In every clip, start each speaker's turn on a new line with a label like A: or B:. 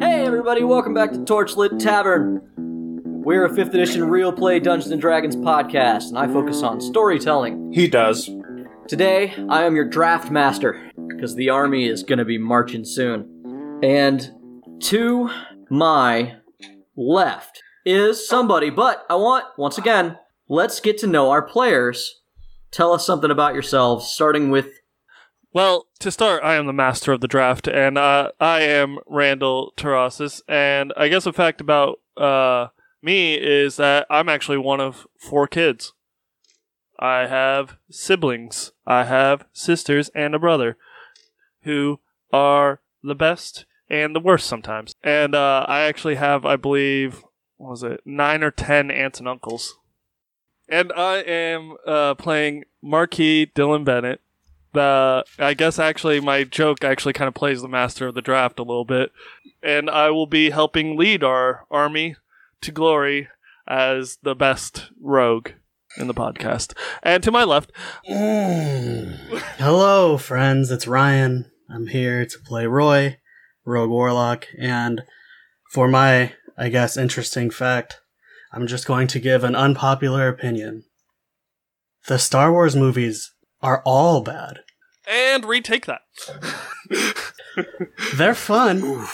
A: everybody. Welcome back to Torchlit Tavern. We're a 5th edition real play Dungeons and Dragons podcast, and I focus on storytelling.
B: He does.
A: Today, I am your draft master, because the army is going to be marching soon. And to my left is somebody, but I want, once again, let's get to know our players. Tell us something about yourselves, starting with
C: Well, to start, I am the master of the draft, and uh, I am Randall Tarasis. And I guess a fact about uh, me is that I'm actually one of four kids. I have siblings. I have sisters and a brother, who are the best and the worst sometimes. And uh, I actually have, I believe, what was it nine or ten aunts and uncles. And I am uh, playing Marquis Dylan Bennett the I guess actually my joke actually kind of plays the master of the draft a little bit, and I will be helping lead our army to glory as the best rogue in the podcast. And to my left,
D: Mm. Hello, friends. It's Ryan. I'm here to play Roy, Rogue Warlock, and for my, I guess, interesting fact, I'm just going to give an unpopular opinion. The Star Wars movies are all bad.
C: and retake that.
D: They're fun.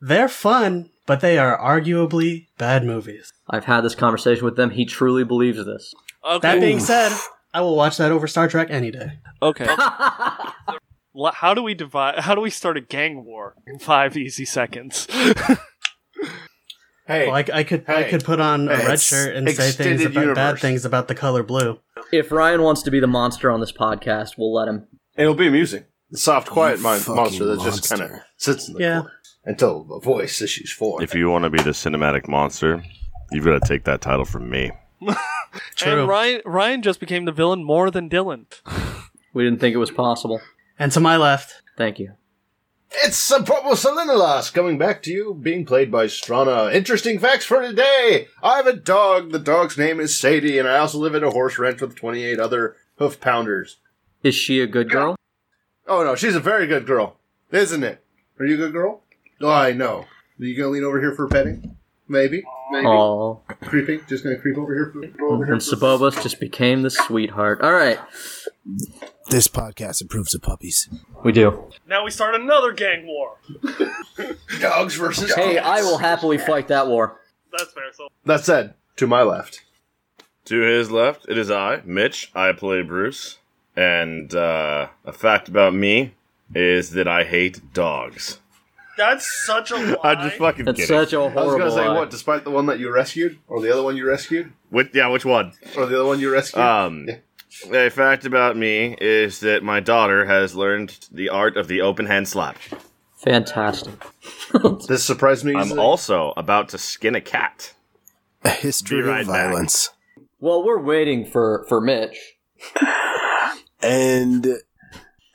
D: They're fun, but they are arguably bad movies.
A: I've had this conversation with them. He truly believes this.
C: Okay.
D: That being said, I will watch that over Star Trek any day.
C: okay. L- How do we divide? How do we start a gang war in five easy seconds?
B: Hey,
D: Well, I, I could I
B: Hey.
D: could put on a
B: Hey,
D: red
B: it's
D: shirt and say things
B: extended
D: about bad
B: universe.
D: things about the color blue.
A: If Ryan wants to be the monster on this podcast, we'll let him.
B: it'll be amusing. The soft, quiet mon-
E: fucking
B: monster that just
E: monster.
B: kind of sits in the
D: Yeah.
B: corner until a voice issues forth.
E: If you want to be the cinematic monster, you've got to take that title from me.
D: True.
C: And Ryan Ryan just became the villain more than Dylan.
A: We didn't think it was possible.
D: And to my left,
A: Thank you.
B: it's a proper Selenilas coming back to you, being played by Strana. Interesting facts for today. I have a dog. The dog's name is Sadie, and I also live at a horse ranch with 28 other hoof pounders.
A: Is she a good girl?
B: Oh no, she's a very good girl, isn't it? Are you a good girl? Oh, I know. Are you gonna lean over here for petting? Maybe. Maybe.
A: Oh,
B: Creeping. Just gonna creep over here. For, over here
A: and Sabobos just became the sweetheart. All right,
E: This podcast approves of puppies.
A: we do.
C: Now we start another gang war.
B: dogs versus.
A: Hey,
B: cats.
A: I will happily fight that war.
C: That's fair. So
B: That said, to my left.
E: To his left, it is I, Mitch. I play Bruce. And uh, a fact about me is that I hate dogs.
C: that's such a lie.
E: I'm just fucking
A: That's
E: kidding.
A: such a
B: I was
A: horrible.
B: gonna say
A: lie.
B: what, despite the one that you rescued, or the other one you rescued,
E: Which- yeah, which one?
B: or the other one you rescued.
E: Um, a fact about me is that my daughter has learned the art of the open hand slap.
A: Fantastic.
B: this surprised me.
E: I'm
B: easily.
E: also about to skin a cat.
F: A history
E: Be right
F: of
E: back.
F: violence.
A: Well, we're waiting for for Mitch.
F: And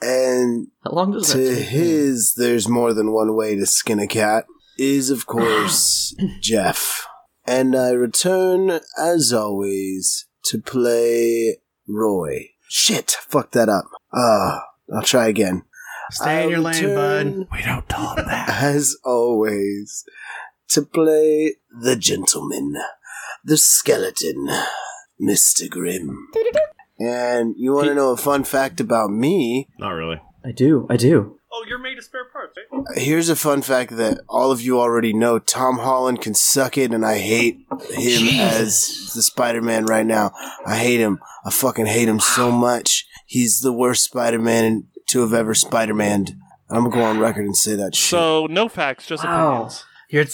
F: and
A: How long does
F: to
A: that take?
F: his there's more than one way to skin a cat is of course Jeff. And I return as always to play Roy. Shit, fuck that up. Ah, I'll try again.
D: stay in
F: I
D: your lane,
F: return,
D: bud.
F: We don't tell him that. As always, to play the gentleman, the skeleton, Mr. Grimm. And you want to know a fun fact about me?
E: Not really.
A: I do. I do.
C: Oh, you're made of spare parts, right?
F: Here's a fun fact that all of you already know. Tom Holland can suck it, and I hate him as the Spider-Man right now. I hate him. I fucking hate him so much. He's the worst Spider-Man to have ever Spider-Maned. I'm gonna go on record and say that shit.
C: So no facts, just
A: Wow.
C: opinions.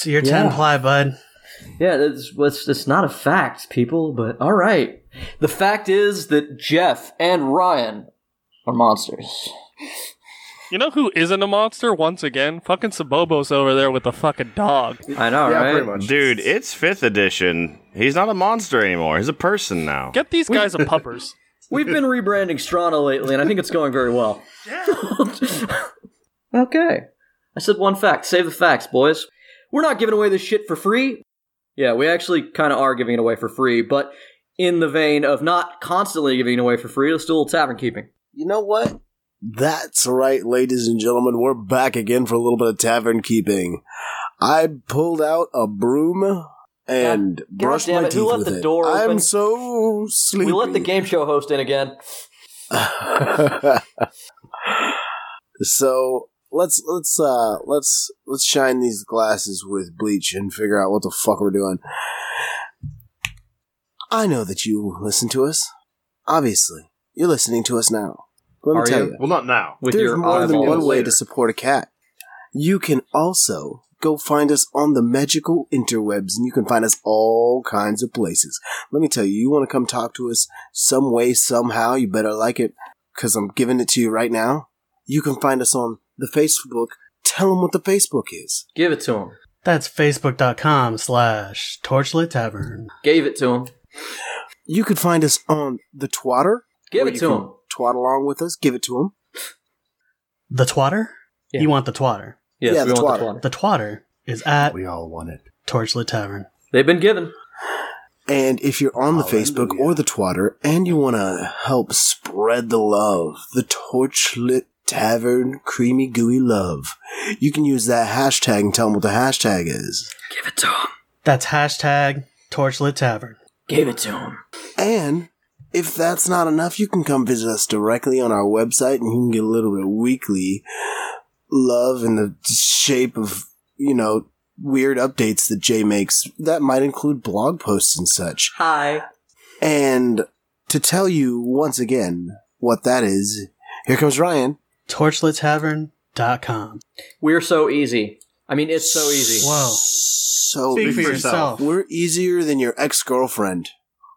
D: You're you're
A: Yeah.
D: ten ply, bud.
A: Yeah, that's that's it's not a fact, people. But all right, the fact is that Jeff and Ryan are monsters.
C: You know who isn't a monster once again? Fucking Sabobo's over there with the fucking dog.
A: I know,
B: yeah,
A: right?
B: pretty much.
E: Dude, it's fifth edition. He's not a monster anymore. He's a person now.
C: Get these guys a puppers.
A: We've been rebranding Strana lately, and I think it's going very well. okay. I said one fact. Save the facts, boys. We're not giving away this shit for free. Yeah, we actually kind of are giving it away for free, but in the vein of not constantly giving it away for free, let's do a little tavern keeping.
F: You know what? That's right, ladies and gentlemen. We're back again for a little bit of tavern keeping. I pulled out a broom and brushed
A: damn
F: my
A: it,
F: teeth
A: who let
F: with
A: the
F: it.
A: door
F: I'm
A: open?
F: so sleepy.
A: We let the game show host in again.
F: so let's let's uh let's let's shine these glasses with bleach and figure out what the fuck we're doing. I know that you listen to us. Obviously, you're listening to us now. Let me
A: Are
F: tell
A: you?
F: you.
B: Well, not now.
A: With
F: There's
A: your
F: more than
A: eyeballs.
F: one way
B: later.
F: to support a cat. You can also go find us on the magical interwebs, and you can find us all kinds of places. Let me tell you, you want to come talk to us some way, somehow, you better like it, because I'm giving it to you right now. You can find us on the Facebook. Tell them what the Facebook is.
A: Give it to him.
D: That's facebook.com slash torchlit tavern.
A: Gave it to him.
F: You could find us on the Twatter.
A: Give
F: where
A: it
F: you
A: to
F: can
A: him.
F: Twat along with us. Give it to them.
D: The twatter?
A: Yeah.
D: You want the twatter.
A: Yes,
F: Yeah,
A: we
F: the
A: want the
F: twatter.
A: twatter.
D: The twatter is at
G: We all want it.
D: torchlit tavern.
A: They've been given.
F: And if you're on the Facebook
G: Hallelujah.
F: or the Twitter and you want to help spread the love, the torchlit tavern creamy gooey love, you can use that hashtag and tell them what the hashtag is.
A: Give it to him.
D: That's hashtag torchlit tavern.
A: Gave it to him.
F: And if that's not enough, you can come visit us directly on our website and you can get a little bit of weekly love in the shape of, you know, weird updates that Jay makes. That might include blog posts and such.
A: Hi.
F: And to tell you once again what that is, here comes Ryan.
D: Torchlittavern.com.
A: We're so easy. I mean, it's so easy.
D: Wow.
F: So
D: Speak
G: for
D: for yourself.
F: we're easier than your ex girlfriend.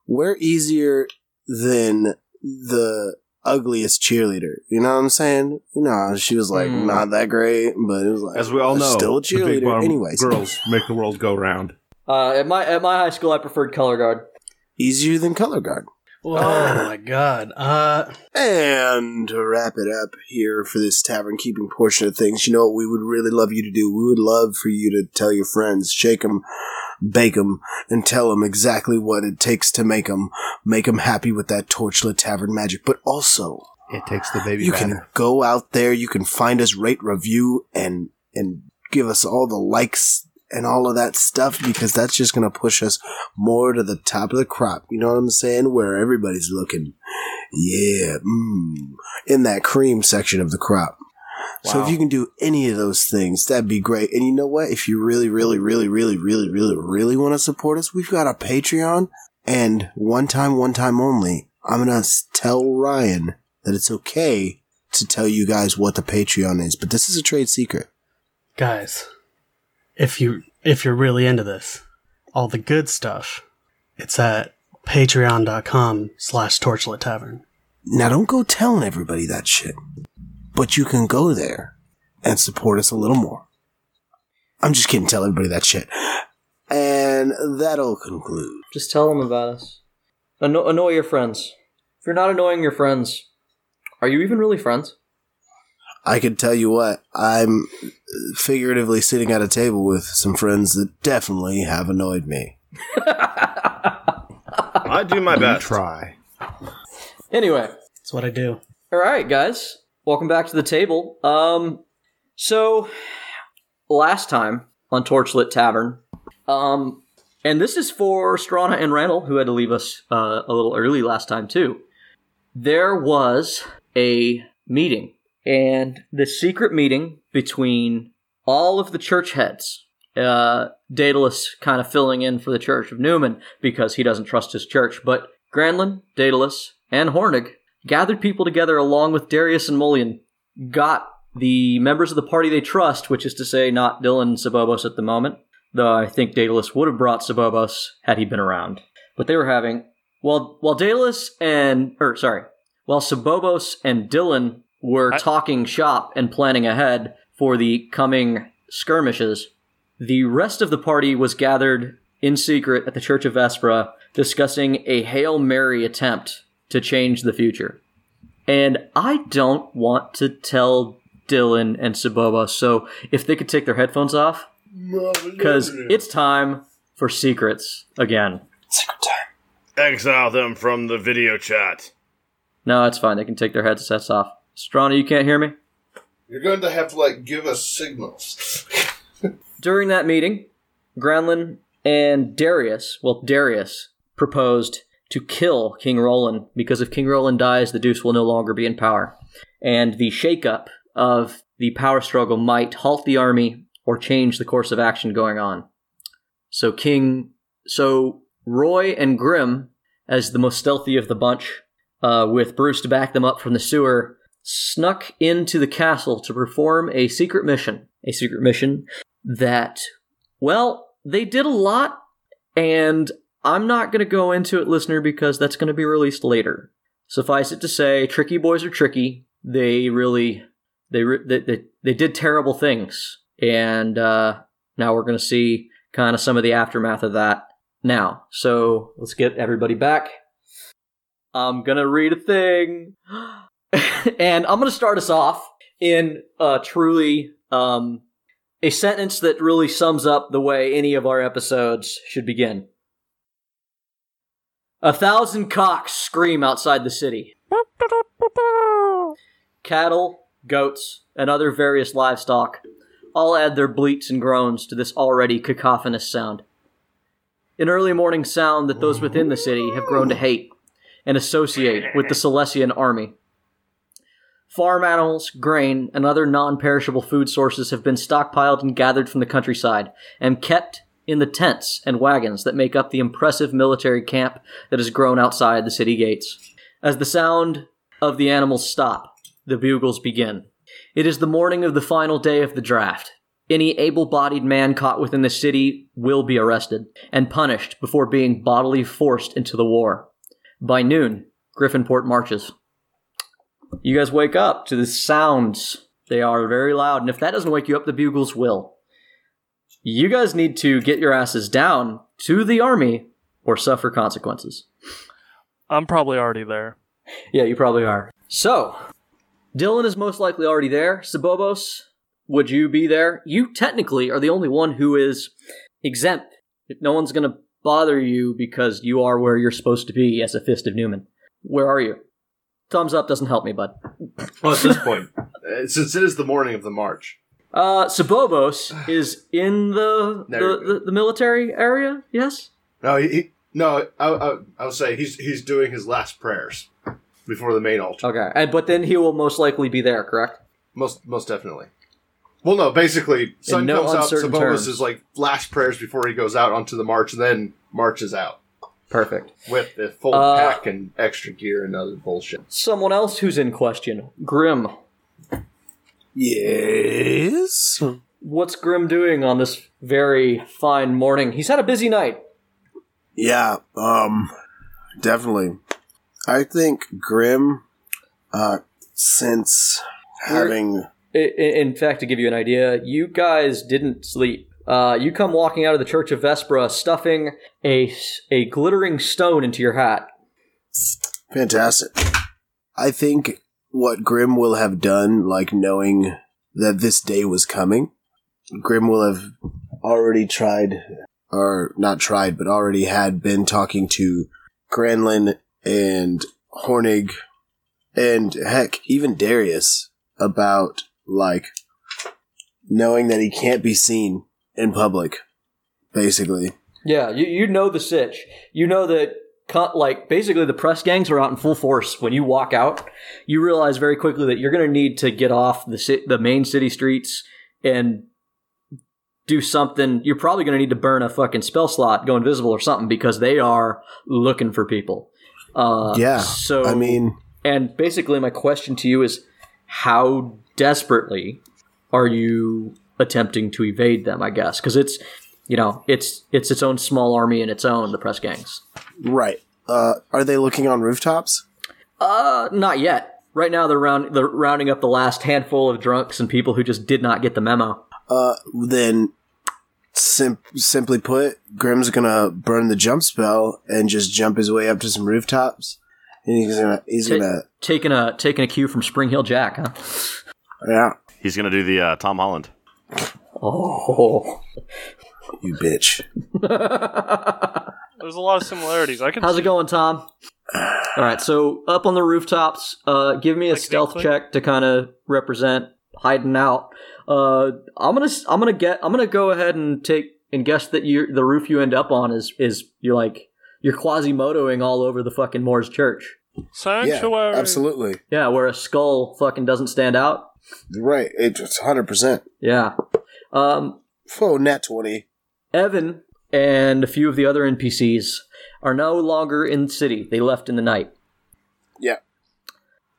F: We're easier than the ugliest cheerleader. You know what I'm saying? You know, she was like
A: Hmm.
F: not that great, but it was like
G: As we all know,
F: still a
G: the big
F: cheerleader.
G: bottom
F: Anyways,
G: girls make the world go round.
A: Uh, at my at my high school, I preferred color guard.
F: easier than color guard.
D: Oh my god. Uh
F: And to wrap it up here for this tavern keeping portion of things, you know what we would really love you to do? We would love for you to tell your friends, shake 'em, bake 'em, and tell 'em exactly what it takes to make 'em, make 'em happy with that torchlit tavern magic. But also,
G: It takes the baby
F: you can
G: batter.
F: go out there, you can find us, rate, review, and and give us all the likes and all of that stuff because that's just gonna push us more to the top of the crop. You know what I'm saying? Where everybody's looking, yeah, mm, in that cream section of the crop. So if you can do any of those things, that'd be great. And you know what? If you really, really, really, really, really, really, really want to support us, we've got a Patreon, and one time, one time only. I'm gonna s- tell Ryan that it's okay to tell you guys what the Patreon is, but this is a trade secret.
D: guys, if you if you're really into this, all the good stuff, it's at patreon.com slash torchlit tavern.
F: Now, don't go telling everybody that shit, but you can go there and support us a little more. I'm just kidding. Tell everybody that shit. And that'll conclude.
A: Just tell them about us. Anno- annoy your friends. If you're not annoying your friends, are you even really friends?
F: I can tell you what, I'm figuratively sitting at a table with some friends that definitely have annoyed me.
E: I do my
G: You
E: best.
G: try.
A: Anyway,
D: That's what I do.
A: all right, guys, welcome back to the table. Um, so last time on Torchlit Tavern, um, and this is for Strana and Randall, who had to leave us uh, a little early last time too. There was a meeting, and the secret meeting between all of the church heads. Uh, Daedalus kind of filling in for the Church of Newman because he doesn't trust his church, but Granlin, Daedalus, and Hornig gathered people together along with Darius and Mullion, got the members of the party they trust, which is to say, not Dylan and Sabobos at the moment, though I think Daedalus would have brought Sabobos had he been around. But they were having. While, while Daedalus and. Or, sorry. While Sabobos and Dylan were
C: I-
A: talking shop and planning ahead for the coming skirmishes, the rest of the party was gathered in secret at the Church of Vespera discussing a Hail Mary attempt to change the future. And I don't want to tell Dylan and Saboba, so if they could take their headphones off, because it's time for secrets again.
E: Exile them from the video chat.
A: No, it's fine. They can take their headsets off. Strana, you can't hear me?
B: You're going to have to like give us signals.
A: During that meeting, Granlin and Darius, well, Darius, proposed to kill King Roland because if King Roland dies, the Deuce will no longer be in power. And the shakeup of the power struggle might halt the army or change the course of action going on. So, King. So, Roy and Grim, as the most stealthy of the bunch, uh, with Bruce to back them up from the sewer, snuck into the castle to perform a secret mission. A secret mission that, well, they did a lot, and I'm not going to go into it, listener, because that's going to be released later. Suffice it to say, tricky boys are tricky. They really, they re- they, they, they did terrible things, and uh, now we're going to see kind of some of the aftermath of that. Now, so let's get everybody back. I'm gonna read a thing, and I'm gonna start us off in uh, truly um, a sentence that really sums up the way any of our episodes should begin. A thousand cocks scream outside the city. Cattle, goats, and other various livestock all add their bleats and groans to this already cacophonous sound. An early morning sound that those within the city have grown to hate and associate with the Silesian army. Farm animals, grain, and other non perishable food sources have been stockpiled and gathered from the countryside and kept in the tents and wagons that make up the impressive military camp that has grown outside the city gates. As the sound of the animals stop, the bugles begin. It is the morning of the final day of the draft. Any able bodied man caught within the city will be arrested and punished before being bodily forced into the war. By noon, Griffinport marches. You guys wake up to the sounds. They are very loud, and if that doesn't wake you up, the bugles will. You guys need to get your asses down to the army or suffer consequences.
C: I'm probably already there.
A: Yeah, you probably are. So, Dylan is most likely already there. Sabobos, would you be there? You technically are the only one who is exempt. No one's going to bother you because you are where you're supposed to be as a Fist of Newman. Where are you? Thumbs up doesn't help me, bud.
B: Well, at this point, uh, since it is the morning of the march,
A: Uh, Sabobos is in the
B: There you
A: the, the, the military area, yes?
B: no, he, he no, I, I, I would say he's he's doing his last prayers before the main altar.
A: Okay. And, but then he will most likely be there, correct?
B: Most most definitely. Well, no, basically, sun
A: no
B: comes out.
A: uncertain terms.
B: Sabonis is like last prayers before he goes out onto the march, and then marches out
A: Perfect.
B: with the full
A: Uh,
B: pack and extra gear and other bullshit.
A: Someone else who's in question Grim.
F: Yes.
A: What's Grim doing on this very fine morning? He's had a busy night.
F: Yeah, um, definitely. I think Grim, uh, since having
A: I- i- In fact, to give you an idea, you guys didn't sleep. Uh, you come walking out of the Church of Vespera, stuffing a s- a glittering stone into your hat.
F: fantastic, I think what Grim will have done, like knowing that this day was coming, Grim will have already tried, or not tried, but already had been talking to Granlin and Hornig, and heck, even Darius about like knowing that he can't be seen in public, basically.
A: Yeah, you, you know the sitch. You know that, co- like, basically the press gangs are out in full force. When you walk out, you realize very quickly that you're going to need to get off the ci- the main city streets and do something. You're probably going to need to burn a fucking spell slot, go invisible or something, because they are looking for people. Uh,
F: Yeah,
A: So
F: I mean,
A: and basically, my question to you is how desperately are you attempting to evade them, I guess? Because it's, you know, it's it's its own small army in its own, the press gangs.
F: right. Uh, are they looking on rooftops?
A: Uh, not yet. Right now, they're, round, they're rounding up the last handful of drunks and people who just did not get the memo.
F: Uh, then sim- simply put, Grim's gonna burn the jump spell and just jump his way up to some rooftops, and he's gonna he's
A: Ta-
F: gonna
A: taking a taking a cue from Spring Hill Jack, huh?
F: yeah,
E: He's gonna do the uh, Tom Holland.
A: Oh,
F: you bitch.
C: There's a lot of similarities. I can.
A: how's it going, Tom? All right, so up on the rooftops, uh, give me a
C: Like an
A: stealth
C: inkling?
A: check to kind of represent hiding out. Uh, I'm gonna s- I'm gonna get I'm gonna go ahead and take and guess that you the roof you end up on is is you're like you're Quasimodoing all over the fucking Moore's church.
C: Sanctuary.
F: Yeah, absolutely.
A: Yeah, where a skull fucking doesn't stand out.
F: You're right. It's 100%.
A: Yeah. Um,
F: Whoa, nat 20.
A: Evan and a few of the other NPCs are no longer in the city. They left in the night.
F: Yeah.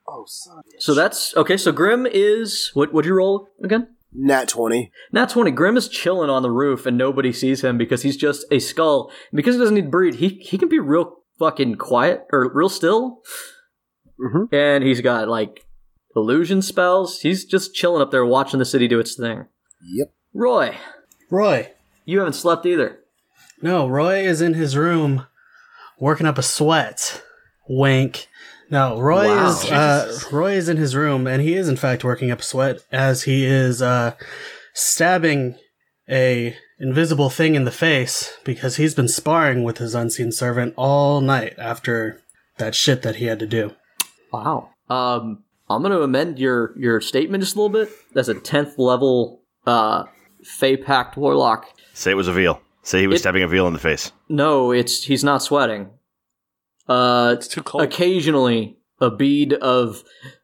F: Oh, son.
A: So that's okay. So Grim is what? What'd you roll again?
F: Nat 20.
A: Nat 20. Grim is chilling on the roof and nobody sees him because he's just a skull. And because he doesn't need to breathe, he, he can be real fucking quiet or real still.
F: Mhm.
A: And he's got like illusion spells. He's just chilling up there watching the city do its thing.
F: Yep.
A: Roy,
D: Roy.
A: you haven't slept either.
D: No, Roy is in his room working up a sweat. Wink. No, Roy
A: Wow.
D: is uh, Roy is in his room, and he is in fact working up a sweat as he is uh, stabbing a invisible thing in the face because he's been sparring with his unseen servant all night after that shit that he had to do.
A: Wow. Um, I'm going to amend your your statement just a little bit. That's a tenth level uh, Fey Pact Warlock.
H: Say it was a veal. Say he was
A: It-
H: stabbing a veal in the face.
A: No, it's he's not sweating. Uh,
C: It's too cold.
A: occasionally a bead of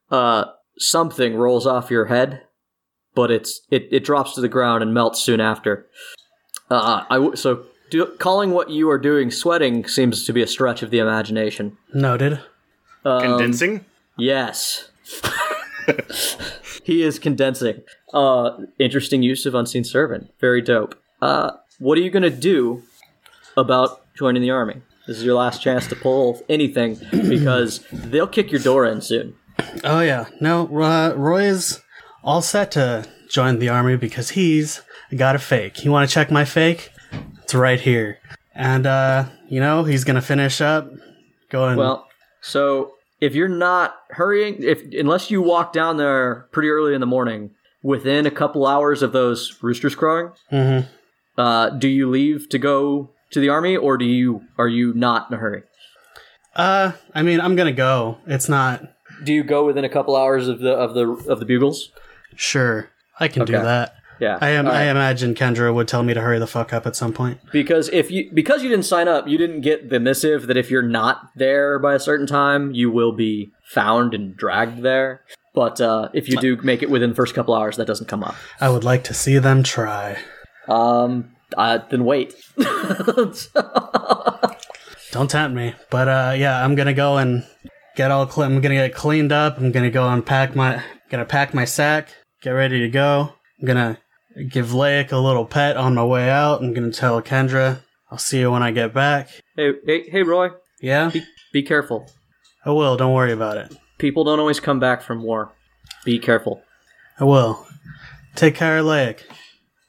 A: uh, something rolls off your head, but it's it, it drops to the ground and melts soon after. Uh, I w- so do, calling what you are doing sweating seems to be a stretch of the imagination.
D: Noted.
A: Um,
E: Condensing?
A: Yes. he is condensing. Uh, interesting use of unseen servant. Very dope. Uh, what are you gonna do about joining the army? This is your last chance to pull anything because they'll kick your door in soon.
D: Oh yeah, no, uh, Roy is all set to join the army because he's got a fake. You want to check my fake? It's right here, and uh, you know he's gonna finish up. Going
A: Well, so if you're not hurrying, if unless you walk down there pretty early in the morning, within a couple hours of those roosters crowing,
D: Mhm.
A: uh, do you leave to go to the army, or do you are you not in a hurry?
D: Uh, I mean, I'm gonna go. It's not
A: Do you go within a couple hours of the of the of the bugles?
D: sure. I can do
A: Okay.
D: that.
A: Yeah,
D: I am.
A: All right.
D: I imagine Kendra would tell me to hurry the fuck up at some point.
A: because if you because you didn't sign up, you didn't get the missive that if you're not there by a certain time, you will be found and dragged there. But uh, if you do make it within the first couple hours, that doesn't come up.
D: I would like to see them try.
A: Um, uh, then wait.
D: Don't tempt me. But uh, yeah, I'm gonna go and get all. Cle- I'm gonna get cleaned up. I'm gonna go unpack my. Gonna pack my sack. Get ready to go. I'm gonna give Laic a little pet on my way out. I'm gonna tell Kendra. I'll see you when I get back.
A: hey, hey, hey, Roy,
D: Yeah,
A: be, be careful.
D: I will. Don't worry about it.
A: People don't always come back from war. Be careful.
D: I will. Take care of Laic.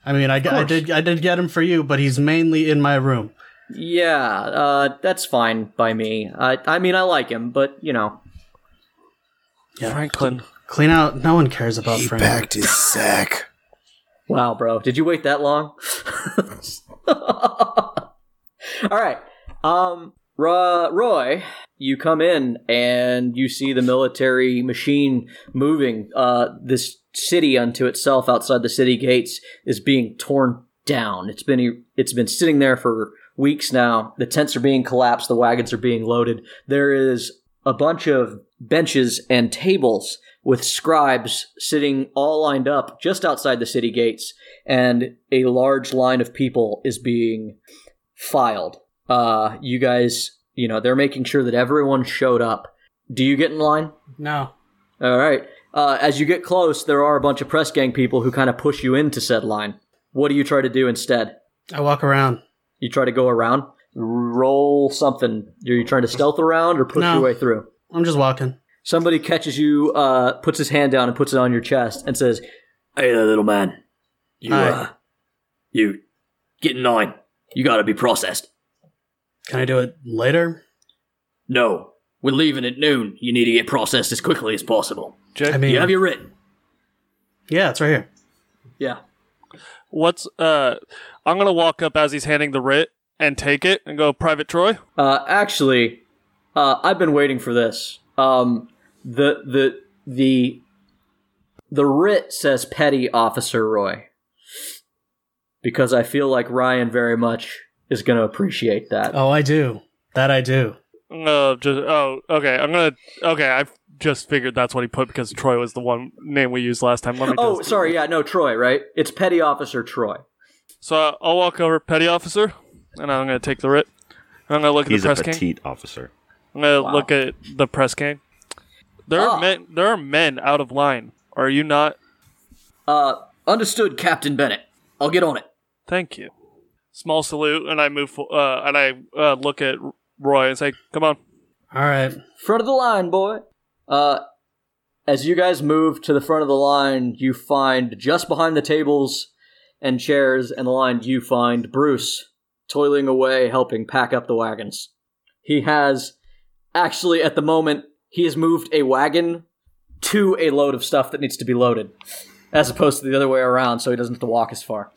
D: I mean, I, g- I did. I did get him for you, but he's mainly in my room.
A: Yeah, uh, that's fine by me. I, I mean, I like him, but you know,
C: Franklin.
D: Clean out. No one cares about
F: He
D: Frank.
F: packed his sack.
A: Wow, bro. Did you wait that long? All right. Um Ro- Roy, you come in and you see the military machine moving. Uh this city unto itself outside the city gates is being torn down. It's been it's been sitting there for weeks now. The tents are being collapsed, the wagons are being loaded. There is a bunch of benches and tables with scribes sitting all lined up just outside the city gates, and a large line of people is being filed. Uh, you guys, you know, they're making sure that everyone showed up. Do you get in line?
D: No.
A: All right. Uh, as you get close, there are a bunch of press gang people who kind of push you into said line. What do you try to do instead?
D: I walk around.
A: You try to go around, roll something. Are you trying to stealth around or push
D: No.
A: your way through?
D: I'm just walking.
A: Somebody catches you, uh, puts his hand down and puts it on your chest and says, Hey there, little man. You,
D: Hi.
A: uh, you get in line. You gotta be processed.
D: Can I do it later?
A: No, we're leaving at noon. You need to get processed as quickly as possible.
C: Jake,
D: I mean,
A: You have your written.
D: yeah, it's right here.
A: Yeah.
C: what's uh? I'm gonna walk up as he's handing the writ and take it and go, Private Troy.
A: Uh, actually, uh, I've been waiting for this. Um, the the the The writ says Petty Officer Roy. Because I feel like Ryan very much is going to appreciate that.
D: Oh, I do. That I do.
C: Uh, just oh, okay. I'm gonna okay. I have just figured that's what he put because Troy was the one name we used last time. Let me.
A: Oh,
C: just-
A: sorry. Yeah, no, Troy, right? It's Petty Officer Troy.
C: So uh, I'll walk over, petty officer, and I'm gonna take the writ. And I'm gonna look at
H: He's
C: the
H: a
C: press king.
H: petite officer.
C: I'm gonna
A: Wow.
C: look at the press gang. There
A: Ah.
C: are men. There are men out of line. Are you not?
A: Uh, understood, Captain Bennett. I'll get on it.
C: Thank you. Small salute, and I move. fo- Uh, and I uh, look at Roy and say, "Come on."
D: All right.
A: Front of the line, boy. Uh, as you guys move to the front of the line, you find just behind the tables and chairs and the line, you find Bruce toiling away, helping pack up the wagons. He has actually, at the moment, he has moved a wagon to a load of stuff that needs to be loaded, as opposed to the other way around, so he doesn't have to walk as far.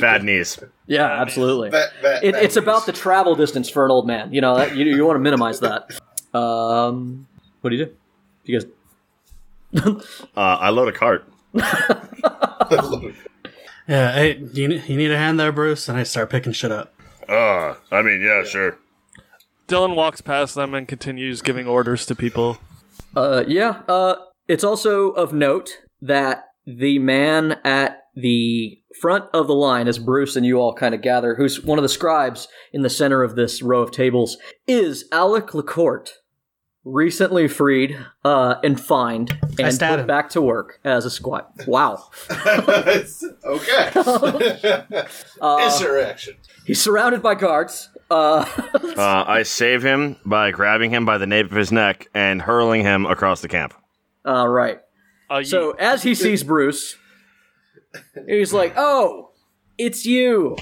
H: Bad knees.
A: Yeah, absolutely.
B: That, that,
A: it,
B: that
A: it's
B: means-
A: about the travel distance for an old man. You know, that, you, you want to minimize that. Um, what do you do? You guys,
H: Uh, I load a cart.
D: Yeah. Hey, do you, you need a hand there, Bruce? And I start picking shit up.
E: Uh, I mean, yeah, sure.
C: Dylan walks past them and continues giving orders to people.
A: uh, yeah. Uh, it's also of note that the man at the front of the line, as Bruce and you all kind of gather, who's one of the scribes in the center of this row of tables, is Alec Lacorte, recently freed uh, and fined
D: I
A: and
D: stab
A: put
D: him.
A: back to work as a squad. Wow.
B: okay.
A: Uh,
B: Insurrection.
A: He's surrounded by guards. Uh,
H: Uh, I save him by grabbing him by the nape of his neck and hurling him across the camp.
A: all right.
C: Uh, you-
A: So as he sees Bruce, he's like, "Oh, it's you!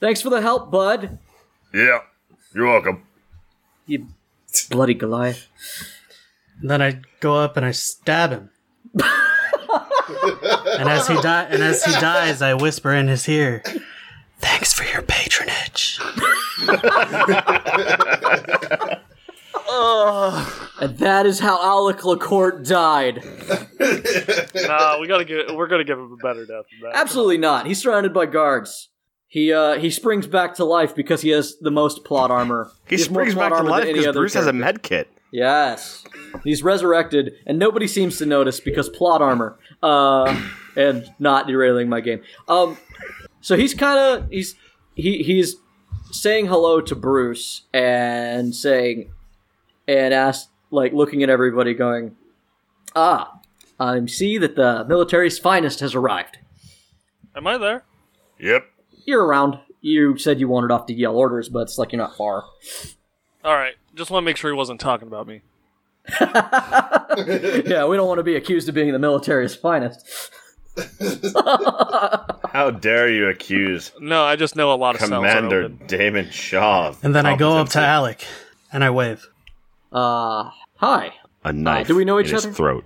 A: Thanks for the help, bud.
E: Yeah, you're welcome.
A: You bloody Goliath."
D: And then I go up and I stab him. and as he di- and as he dies, I whisper in his ear, "Thanks for your patronage."
A: And that is how Alec Lacorte died.
C: nah, we gotta give. We're gonna give him a better death than that.
A: Absolutely not. He's surrounded by guards. He uh, he springs back to life because he has the most plot armor.
H: He
A: has more
H: springs back
A: plot
H: to
A: armor than
H: life
A: any
H: because
A: other
H: Bruce has a
A: character.
H: med kit.
A: Yes. He's resurrected, and nobody seems to notice because plot armor. Uh, and not derailing my game. Um, so he's kind of he's he he's saying hello to Bruce and saying and asked like looking at everybody, going, "Ah, I see that the military's finest has arrived.
C: Am I there?
E: Yep.
A: You're around. You said you wanted off to yell orders, but it's like you're not far."
C: All right. Just want to make sure he wasn't talking about me.
A: yeah, we don't want to be accused of being the military's finest.
E: How dare you accuse
C: No, I just know a lot of cells are
E: Commander
C: open.
E: Damon Shaw? of
D: And
H: Oh,
D: then I go up to
E: competency?
D: Alec and I wave.
A: Uh, hi.
H: A knife.
A: do we know each
H: in his
A: other?
H: throat.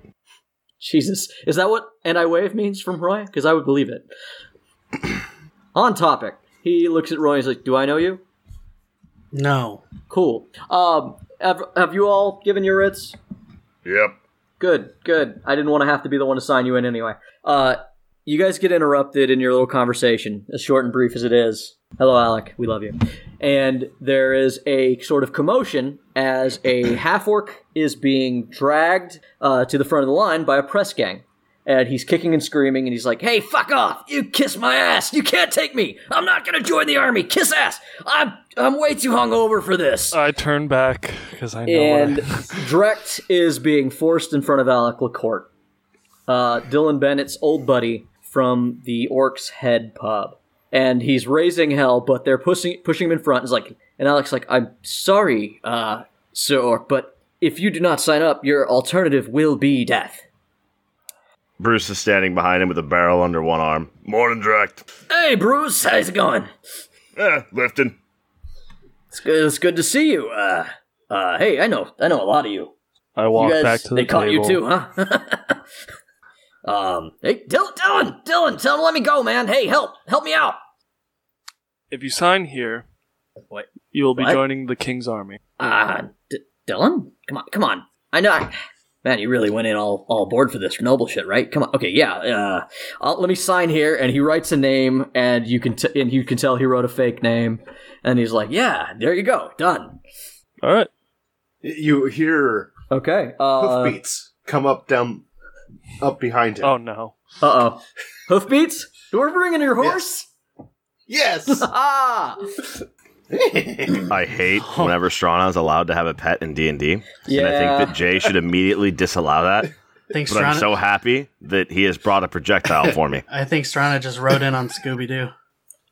A: Jesus. Is that what and I wave means from Roy? Because I would believe it. On topic. He looks at Roy and he's like, Do I know you?
D: No.
A: Cool. Um, have, have you all given your writs?
E: Yep.
A: Good, good. I didn't want to have to be the one to sign you in anyway. Uh, you guys get interrupted in your little conversation, as short and brief as it is. Hello, Alec. We love you. And there is a sort of commotion as a half orc is being dragged uh, to the front of the line by a press gang. And he's kicking and screaming, and he's like, Hey, fuck off! You kiss my ass! You can't take me! I'm not gonna join the army! Kiss ass! I'm, I'm way too hungover for this!
C: I turn back because I know.
A: and
C: I-
A: Drecht is being forced in front of Alec LaCourte, uh, Dylan Bennett's old buddy from the Orcs Head pub, and he's raising hell, but they're pushing pushing him in front. And like, and Alec's like, "I'm sorry, uh, Sir Orc, but if you do not sign up, your alternative will be death."
H: Bruce is standing behind him with a barrel under one arm.
E: Morning, Direct.
A: Hey, Bruce, how's it going?
E: Eh, lifting.
A: It's good. It's good to see you. Uh, uh, hey, I know, I know a lot of you.
C: I walk
A: you guys,
C: back to the
A: they caught you
C: table.
A: too, huh? um, hey, Dylan, Dylan, Dylan, tell him let me go, man. Hey, help, help me out.
C: If you sign here,
A: What?
C: you will be
A: What?
C: joining the king's army.
A: Uh, D- Dylan, come on, come on. I know, I, Man, you really went in all all board for this noble shit, right? Come on, okay, yeah. Uh, I'll, let me sign here, and he writes a name, and you can t- and you can tell he wrote a fake name, and he's like, yeah, there you go, done.
C: All right.
B: You hear
A: Okay. Uh
B: hoofbeats come up down, up behind him.
C: Oh no.
A: oh, hoofbeats. We're bringing your horse.
B: Yes.
A: Ah,
H: I hate whenever Strana is allowed to have a pet in D and D, and I
A: Yeah.
H: think that Jay should immediately disallow that.
D: Thanks,
H: But I'm
D: Strana.
H: so happy that he has brought a projectile for me.
D: I think Strana just rode in on Scooby Doo.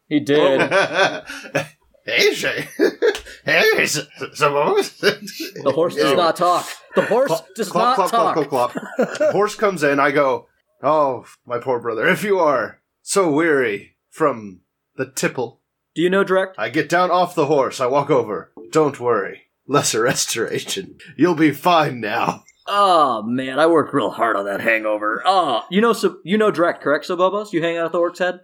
A: he did.
B: hey, Shay. Hey, s- suppose.
A: The horse does not talk. The horse does
B: Clop,
A: not
B: clop,
A: talk.
B: clop, clop, clop. Horse comes in. I go, oh, my poor brother. If you are so weary from the tipple,
A: Do you know direct?
B: I get down off the horse. I walk over. Don't worry. Lesser restoration. You'll be fine now.
A: Oh man, I worked real hard on that hangover. Oh, you know, so you know direct, correct? So Bobos, you hang out at the Orc's Head.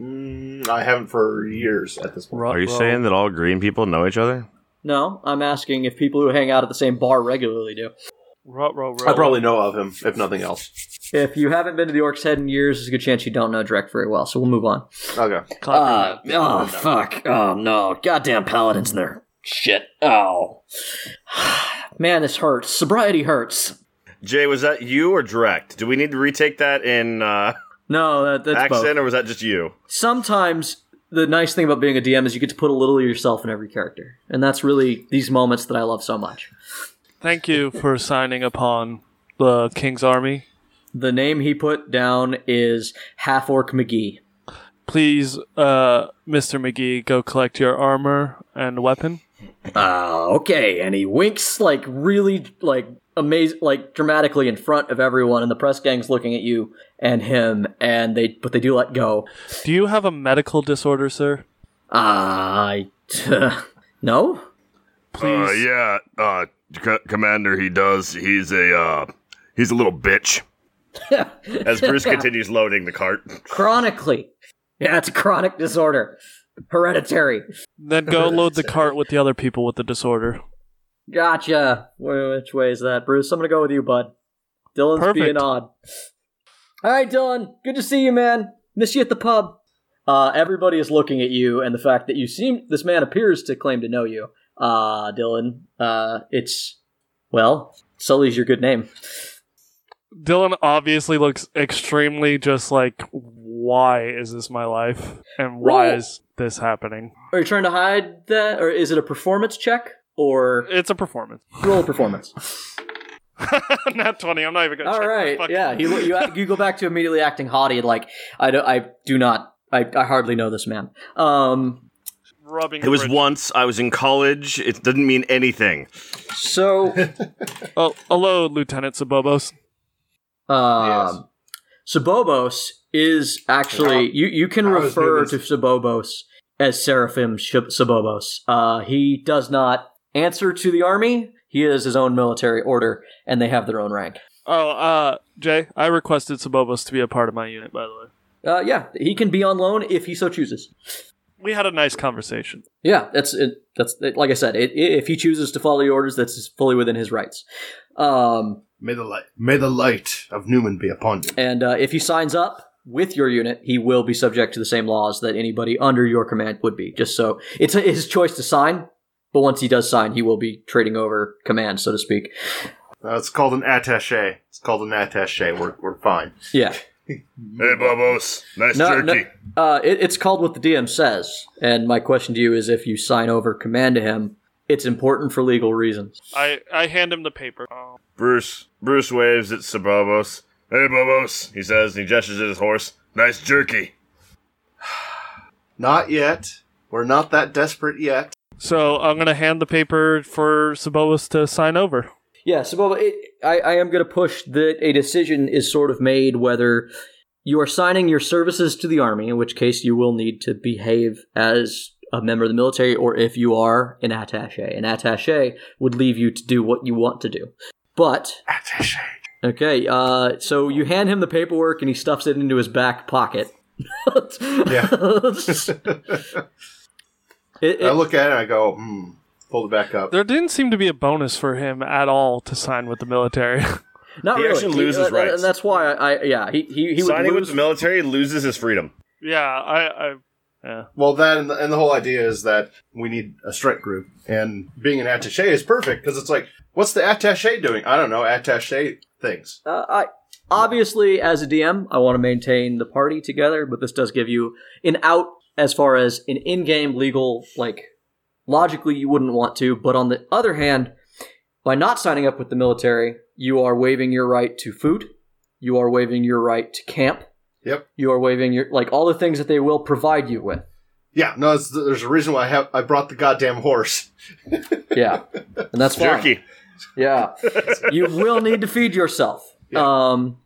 B: Mm, I haven't for years at this point.
H: Are you saying that all green people know each other?
A: No, I'm asking if people who hang out at the same bar regularly do.
B: I probably know of him, if nothing else.
A: If you haven't been to the Orc's Head in years, there's a good chance you don't know direct very well. So we'll move on.
B: Okay.
A: Uh, oh fuck! Oh no! Goddamn paladins and their shit. Oh man, this hurts. Sobriety hurts.
H: Jay, was that you or direct? Do we need to retake that in uh,
A: No, that, that's both.
H: accent, or was that just you?
A: sometimes the nice thing about being a DM is you get to put a little of yourself in every character, and that's really these moments that I love so much.
C: Thank you for signing upon the King's Army.
A: The name he put down is Half Orc McGee.
C: Please, uh, Mr. McGee, go collect your armor and weapon.
A: Uh, okay, and he winks like really like amazing, like dramatically in front of everyone, and the press gang's looking at you and him, and they but they do let go.
C: Do you have a medical disorder, sir?
A: Uh, I no.
C: Please.
E: Uh, yeah, uh, C- Commander, he does. He's a uh, he's a little bitch.
H: As Bruce continues loading the cart,
A: Chronically, yeah, it's a chronic disorder, hereditary.
C: Then go load the cart with the other people with the disorder.
A: Gotcha. Wh- Which way is that, Bruce? I'm gonna go with you, bud. Dylan's
C: Perfect.
A: being odd. All right, Dylan. Good to see you, man. Miss you at the pub. Uh, everybody is looking at you, and the fact that you seem this man appears to claim to know you, uh, Dylan. Uh, it's well, Sully's your good name.
C: Dylan obviously looks extremely just like, why is this my life? And why
A: Roll.
C: is this happening?
A: Are you trying to hide that, or is it a performance check, or
C: It's a performance.
A: roll a performance?
C: Not 20. I'm not even going to
A: All
C: check.
A: right,
C: Fuck.
A: yeah. You, you you go back to immediately acting haughty, like I do, I do not, I, I hardly know this man. Um,
C: Rubbing
H: it was
C: the
H: once I was in college. It doesn't mean anything.
A: So,
C: bridge. Oh, hello, Lieutenant Sabobos.
A: um, Sabobos is actually you. You can
B: I was
A: refer to
B: doing
A: Sabobos as Seraphim Sh- Sabobos. Uh, he does not answer to the army. He is his own military order, and they have their own rank.
C: Oh, uh, Jay, I requested Sabobos to be a part of my unit, by the way.
A: Uh, yeah, he can be on loan if he so chooses.
C: We had a nice conversation.
A: Yeah, that's it, that's it, like I said. It, i if he chooses to follow your orders, that's fully within his rights. Um,
B: May the light, may the light of Newman be upon you.
A: And uh, if he signs up with your unit, he will be subject to the same laws that anybody under your command would be. Just so it's his choice to sign, but once he does sign, he will be trading over command, so to speak.
B: Uh, it's called an attaché. It's called an attaché. We're, we're fine.
A: Yeah.
E: Hey, Bobos, nice
A: No,
E: jerky.
A: no, uh, it, it's called what the DM says. And my question to you is if you sign over command to him, it's important for legal reasons.
C: I, I hand him the paper. Oh.
E: Bruce Bruce waves at Sabobos. Hey, Bobos, he says, and he gestures at his horse. Nice jerky.
B: Not yet. We're not that desperate yet.
C: So I'm going to hand the paper for Sabobos to sign over.
A: Yeah, so Boba, it, I, I am going to push that a decision is sort of made whether you are signing your services to the army, in which case you will need to behave as a member of the military, or if you are an attaché. An attaché would leave you to do what you want to do. But
B: Attaché.
A: okay, uh, so you hand him the paperwork, and he stuffs it into his back pocket.
B: Yeah.
A: It- it-
B: I look at it and I go, hmm, pull it back up.
C: There didn't seem to be a bonus for him at all to sign with the military.
A: Not
E: He
A: really.
E: actually
A: and-
E: loses
A: and-
E: rights.
A: and that's why I, I yeah he he, he would
E: Signing
A: lose.
E: with the military loses his freedom.
C: Yeah, I, I
B: Well, that and the, and the whole idea is that we need a strike group, and being an attaché is perfect because it's like, what's the attaché doing? I don't know, attaché things.
A: Uh, I obviously, as a DM, I want to maintain the party together, but this does give you an out as far as an in-game legal like logically you wouldn't want to, but on the other hand, by not signing up with the military, you are waiving your right to food, you are waiving your right to camp,
B: Yep.
A: you are waiving your like all the things that they will provide you with.
B: Yeah, no, it's, there's a reason why I have I brought the goddamn horse.
A: Yeah, and that's why.
E: Jerky.
A: Yeah. you will need to feed yourself. Um,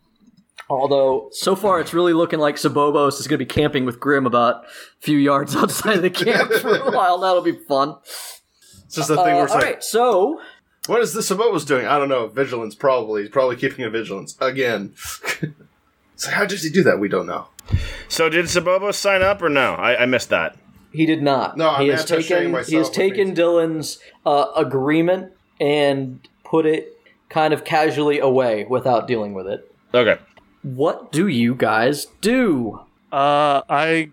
A: although, so far, it's really looking like Sabobos is going to be camping with Grim about a few yards outside the camp for a while. That'll be fun.
B: It's just the
A: Uh,
B: thing
A: all
B: where it's like,
A: right, so
B: what is this about was doing? I don't know. Vigilance, probably. He's probably keeping a vigilance again. so how does he do that? We don't know.
E: So did Sabobo sign up or no? I, I missed that.
A: he did not.
B: No, I'm
A: he has
B: not showing
A: taken he
B: myself
A: has
B: what
A: taken Dylan's uh, agreement and put it kind of casually away without dealing with it.
E: Okay.
A: What do you guys do?
C: uh I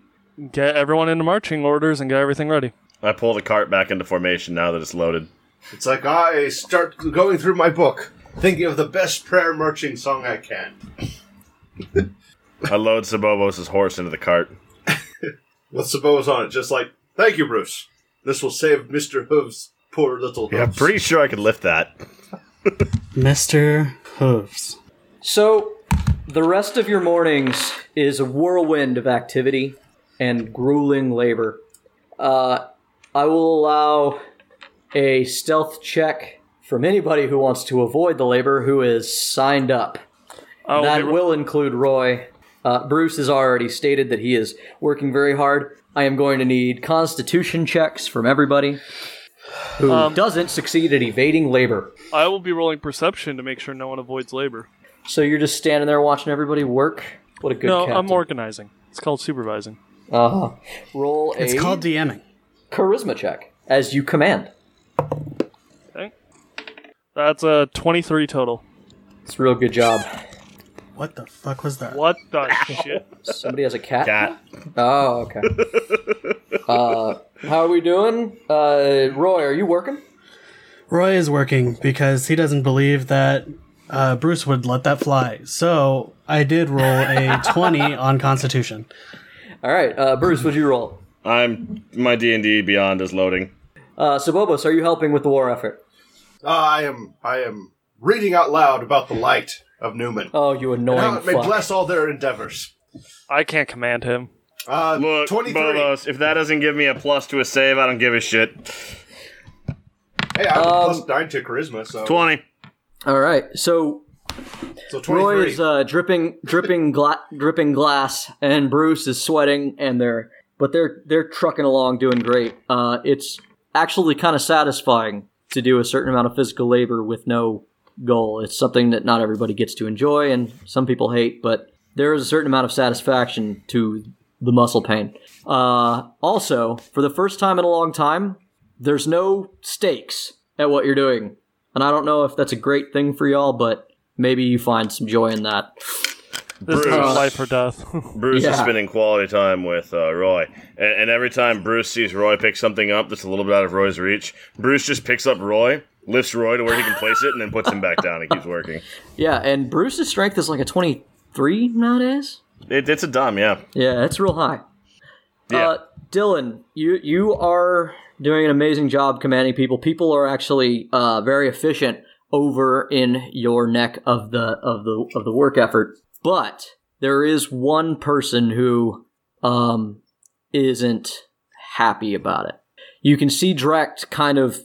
C: get everyone into marching orders and get everything ready.
E: I pull the cart back into formation now that it's loaded.
B: It's like I start going through my book, thinking of the best prayer marching song I can.
E: I load Sabobos' horse into the cart.
B: with Saboa's on it, just like, thank you, Bruce. This will save Mr. Hooves' poor little
E: Yeah, I'm
B: hooves."
E: pretty sure I could lift that.
D: Mr. Hooves.
A: So, the rest of your mornings is a whirlwind of activity and grueling labor. Uh, I will allow a stealth check from anybody who wants to avoid the labor who is signed up.
C: I will
A: that
C: get re-
A: will include Roy. Uh, Bruce has already stated that he is working very hard. I am going to need constitution checks from everybody who
C: Um,
A: doesn't succeed at evading labor.
C: I will be rolling perception to make sure no one avoids labor.
A: So you're just standing there watching everybody work? What a good
C: no,
A: captain.
C: I'm organizing. It's called supervising.
A: Uh, roll a
D: It's called DMing.
A: charisma check as you command.
C: Okay. That's a 23 total.
A: It's a real good job.
D: What the fuck was that?
C: What the shit?
A: Somebody has a cat.
E: Cat.
A: Oh, okay. uh, how are we doing, uh, Roy? Are you working?
D: Roy is working because he doesn't believe that uh, Bruce would let that fly. So I did roll a 20 on Constitution.
A: All right, uh, Bruce. Would you roll?
E: I'm my D and D Beyond is loading.
A: Uh, Sabobos, are you helping with the war effort?
B: Ah, I am, I am reading out loud about the light of Newman.
A: Oh, you
B: now
A: annoying
B: it may
A: fuck!
B: bless all their endeavors.
C: I can't command him.
B: Uh,
E: Look,
B: 23.
E: Bobos, if that doesn't give me a plus to a save, I don't give a shit.
B: Hey, I'm
A: Um,
B: plus 9 to charisma, so,
E: Twenty.
A: All right, so
B: so 23.
A: Roy is uh, dripping, dripping, gla- dripping glass, and Bruce is sweating, and they're but they're they're trucking along, doing great. Uh, it's actually kind of satisfying to do a certain amount of physical labor with no goal. It's something that not everybody gets to enjoy, and some people hate, but there is a certain amount of satisfaction to the muscle pain. Uh, also, for the first time in a long time, there's no stakes at what you're doing, and I don't know if that's a great thing for y'all, but maybe you find some joy in that.
C: This is
E: Bruce.
C: life or death.
E: Bruce
A: Yeah.
E: is spending quality time with uh, Roy, and, and every time Bruce sees Roy pick something up that's a little bit out of Roy's reach, Bruce just picks up Roy, lifts Roy to where he can place it, and then puts him back down and keeps working.
A: Yeah, and Bruce's strength is like a 23 nowadays.
E: It, it's a dumb, yeah.
A: Yeah, it's real high.
E: Yeah.
A: Uh, Dylan, you you are doing an amazing job commanding people. People are actually uh, very efficient over in your neck of the of the of the work effort. But there is one person who um, isn't happy about it. You can see Drekt kind of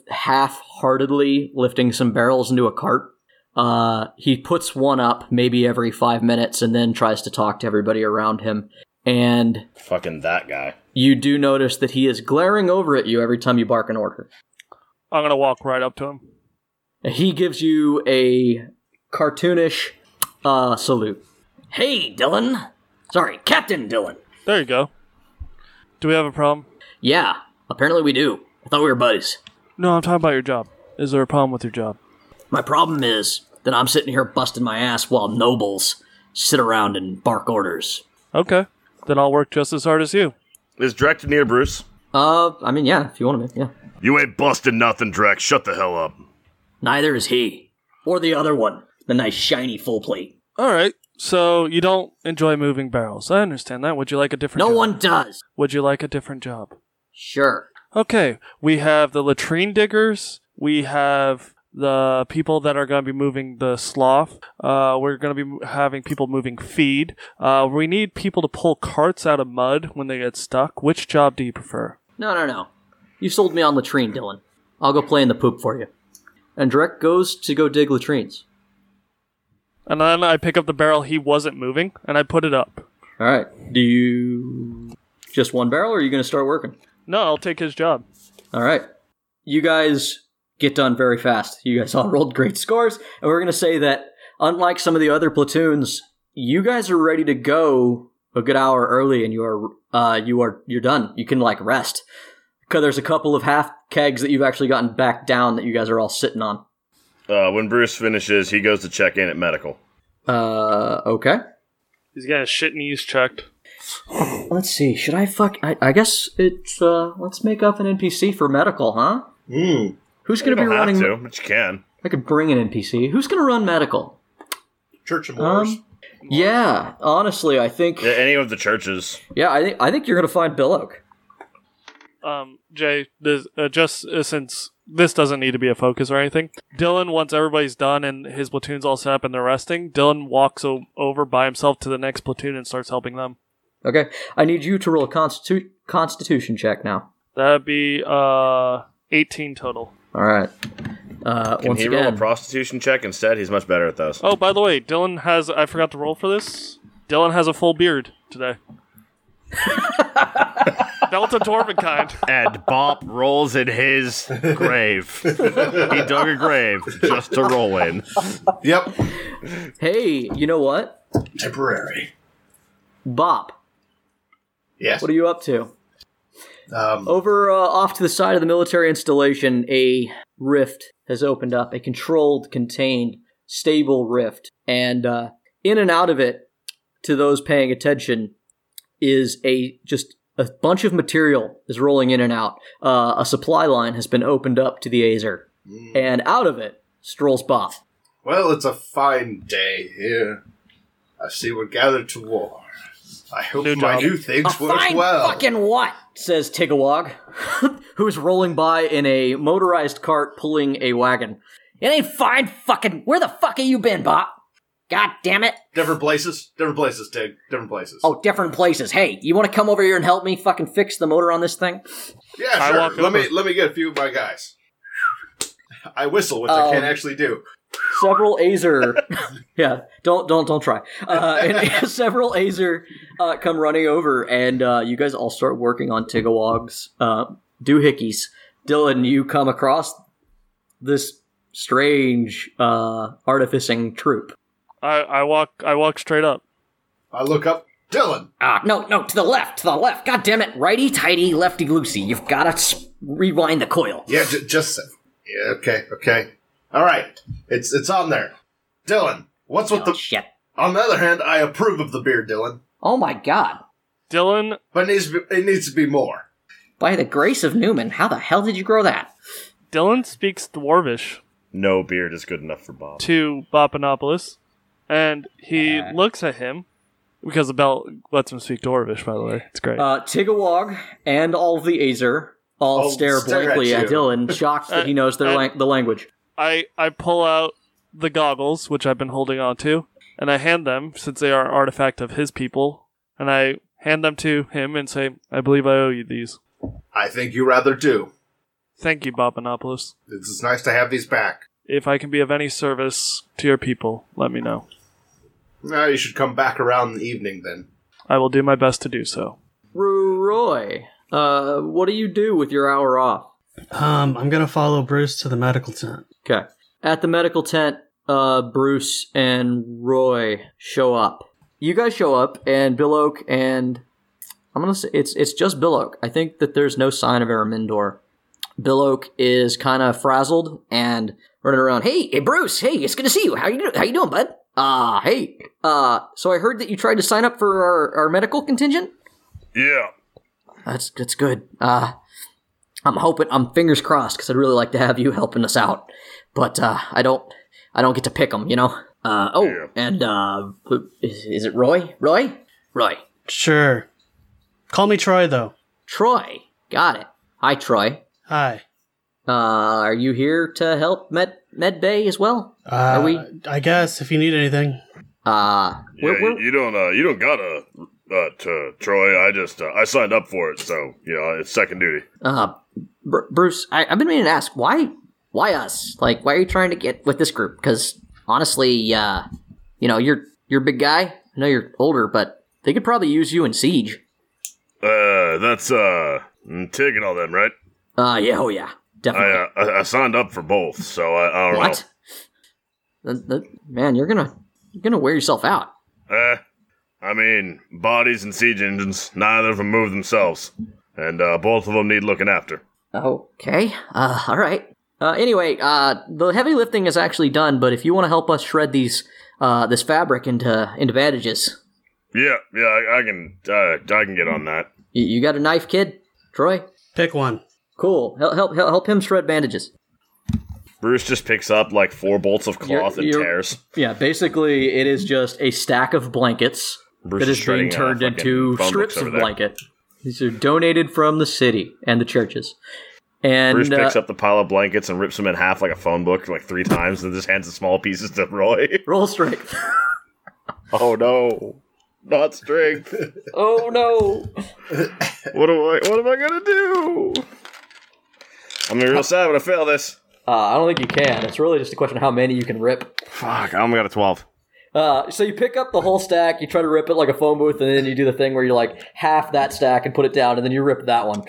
A: half-heartedly lifting some barrels into a cart. Uh, he puts one up maybe every five minutes and then tries to talk to everybody around him. And
E: Fucking that guy.
A: you do notice that he is glaring over at you every time you bark an order.
C: I'm gonna walk right up to him.
A: He gives you a cartoonish uh, salute. Hey, Dylan. Sorry, Captain Dylan.
C: There you go. Do we have a problem?
A: Yeah, apparently we do. I thought we were buddies.
C: No, I'm talking about your job. Is there a problem with your job?
A: My problem is than I'm sitting here busting my ass while nobles sit around and bark orders.
C: Okay. Then I'll work just as hard as you.
E: Is Drek near Bruce?
A: Uh, I mean, yeah, if you want to, yeah.
E: You ain't busting nothing, Drek. Shut the hell up.
A: Neither is he. Or the other one. The nice shiny full plate.
C: All right. So you don't enjoy moving barrels. I understand that. Would you like a different
A: No
C: job?
A: one does.
C: Would you like a different job?
A: Sure.
C: Okay. We have the latrine diggers. We have the people that are going to be moving the slough. Uh, we're going to be having people moving feed. Uh, we need people to pull carts out of mud when they get stuck. Which job do you prefer?
A: No, no, no. You sold me on latrine, Dylan. I'll go play in the poop for you. And Drek goes to go dig latrines.
C: And then I pick up the barrel he wasn't moving and I put it up.
A: All right. Do you just one barrel, or are you going to start working?
C: No, I'll take his job.
A: All right. You guys get done very fast. You guys all rolled great scores, and we're going to say that unlike some of the other platoons, you guys are ready to go a good hour early, and you are uh, you are you're done. You can like rest because there's a couple of half kegs that you've actually gotten back down that you guys are all sitting on.
E: Uh, when Bruce finishes, he goes to check in at medical.
A: Uh, okay.
C: He's got his shit knees checked.
A: Let's see. Should I fuck? I, I guess it's uh, let's make up an NPC for medical, huh?
B: Mm.
A: Who's
E: You
A: going to be
E: don't have
A: running?
E: to, but you can.
A: I could bring an NPC. Who's going to run medical?
B: Church of Moors.
A: Um, yeah, honestly, I think
E: Yeah, any of the churches.
A: yeah, I think I think you're gonna find Billoak.
C: um, Jay, this, uh, just uh, since this doesn't need to be a focus or anything, Dylan, once everybody's done and his platoon's all set up and they're resting, Dylan walks o- over by himself to the next platoon and starts helping them.
A: Okay, I need you to roll a constitu- Constitution check now.
C: That'd be uh, 18 total.
A: All right. Uh,
E: Can
A: once
E: he roll a
A: again,
E: prostitution check instead? He's much better at those.
C: Oh, by the way, Dylan has, I forgot to roll for this. Dylan has a full beard today. Delta Dwarven kind.
H: And Bop rolls in his grave. he dug a grave just to roll in.
B: Yep.
A: hey, you know what?
B: Temporary.
A: Bop,
B: Yes.
A: what are you up to?
B: Um,
A: Over uh, off to the side of the military installation, a rift has opened up, a controlled, contained, stable rift, and uh, in and out of it, to those paying attention, is a just a bunch of material is rolling in and out. Uh, a supply line has been opened up to the Azer, and out of it strolls Both.
B: Well, it's a fine day here. I see we're gathered to war. I hope
C: New
B: my
C: job.
B: new things work well.
A: what? Says Tigawog, who's rolling by in a motorized cart pulling a wagon. It ain't fine fucking. Where the fuck have you been, Bop? God damn it.
B: different places, different places, Tig. Different places.
A: Oh, different places. Hey, you want to come over here and help me fucking fix the motor on this thing?
B: yeah,
C: I
B: sure.
C: walk
B: Let me
C: over.
B: let me get a few of my guys. I whistle, which I
A: Um,
B: can't actually do.
A: Several Azer. yeah, don't, don't, don't try. Uh, and several Azer uh, come running over, and uh, you guys all start working on Tigawog's uh, doohickeys. Dylan, you come across this strange uh, artificing troop.
C: I, I walk I walk straight up.
B: I look up, Dylan.
A: Ah, no, no, to the left, to the left. God damn it, righty tighty, lefty loosey. You've got to rewind the coil.
B: Yeah, j- just so. yeah. Okay, okay. All right, it's it's on there. Dylan, what's with
A: Oh,
B: the?
A: shit.
B: On the other hand, I approve of the beard, Dylan,
A: Oh my god.
C: Dylan,
B: but it needs to be, it needs to be more.
A: By the grace of Newman, how the hell did you grow that?
C: Dylan speaks Dwarvish.
E: No beard is good enough for Bob.
C: to Bopanopoulos, and he looks at him because the bell lets him speak Dwarvish. By the way, it's great.
A: Uh, Tigawog and all of the Azer all
B: All
A: stare
B: Oh, stare at
A: blankly at,
B: you.
A: Dylan, shocked that he knows their
C: Uh,
A: lang- the language.
C: I I pull out the goggles which I've been holding on to, and I hand them since they are an artifact of his people, and I hand them to him and say, "I believe I owe you these.
B: I think you rather do.
C: Thank you, Bopanopoulos.
B: It's it's nice to have these back.
C: If I can be of any service to your people, let me know.
B: Now you should come back around in the evening then.
C: I will do my best to do so."
A: Roy, uh, what do you do with your hour off?
D: Um, I'm gonna follow Bruce to the medical tent.
A: Okay. At the medical tent, uh, Bruce and Roy show up. You guys show up, and Bill Oak and I'm gonna say it's it's just Bill Oak. I think that there's no sign of Aramindor Bill Oak is kind of frazzled and running around. Hey, hey, Bruce. Hey, it's good to see you. How you do- how you doing, bud? Ah, hey. Uh, so I heard that you tried to sign up for our, our medical contingent.
E: Yeah.
A: That's that's good. Uh, I'm hoping. I'm fingers crossed because I'd really like to have you helping us out, but uh, I don't. I don't get to pick them, you know. Uh, oh,
E: Yeah.
A: and uh, who- is, is it Roy? Roy? Roy?
D: Sure. Call me Troy, though.
A: Troy? Got it. Hi, Troy.
D: Hi.
A: Uh, are you here to help Med Med Bay as well?
D: Uh,
A: Are we-
D: I guess if you need anything.
A: Uh,
E: Yeah,
A: we're,
E: you,
A: we're,
E: you don't uh, you don't gotta uh, to Troy. I just uh, I signed up for it, so you know it's second duty.
A: uh, Br- Bruce, I, I've been meaning to ask why, why us? Like, why are you trying to get with this group? Because honestly, uh, you know, you're you're a big guy. I know you're older, but they could probably use you in siege.
E: Uh, that's uh Tig and all them, right?
A: Uh, yeah, oh yeah,
E: I
A: definitely.
E: uh, I, I signed up for both, so I, I don't
A: what? Th- th- man, you're gonna you're gonna wear yourself out.
E: know. Eh, I mean bodies and siege engines. Neither of them move themselves, and uh, both of them need looking after.
A: Okay. Uh, all right. Uh, anyway, uh, the heavy lifting is actually done, but if you want to help us shred these uh, this fabric into into bandages,
E: Yeah, yeah, I, I can uh, I can get on that.
A: you, you got a knife, kid, Troy.
D: Pick one.
A: Cool. Help help help, help him shred bandages.
E: Bruce just picks up like four bolts of
A: You're-
E: cloth and
A: you're-
E: tears.
A: Yeah, basically, it is just a stack of blankets
E: Bruce
A: that
E: is
A: is being
E: shredding, uh,
A: turned
E: fucking
A: into
E: phone books
A: strips
E: over
A: of
E: there.
A: blanket. These are donated from the city and the churches. And
E: Bruce picks
A: uh,
E: up the pile of blankets and rips them in half like a phone book, like three times, and just hands the small pieces to Roy.
A: roll strength.
E: oh no, not strength.
A: oh no!
E: what am I? What am I gonna do? I'm gonna be real sad when I fail this.
A: Uh, I don't think you can. It's really just a question of how many you can rip.
H: Fuck, I only got a 12.
A: Uh, so you pick up the whole stack, you try to rip it like a phone booth, and then you do the thing where you like half that stack and put it down, and then you rip that one.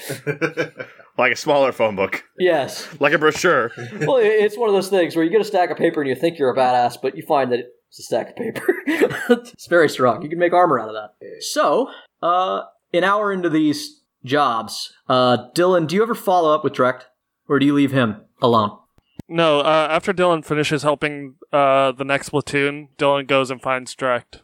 E: Like a smaller phone book,
A: yes.
E: like a brochure.
A: Well, it- it's one of those things where you get a stack of paper and you think you're a badass, but you find that it's a stack of paper. it's very strong. You can make armor out of that. So, uh, an hour into these jobs, uh, Dylan, do you ever follow up with Drecht, or do you leave him alone?
C: No, uh, after Dylan finishes helping uh, the next platoon, Dylan goes and finds Drecht.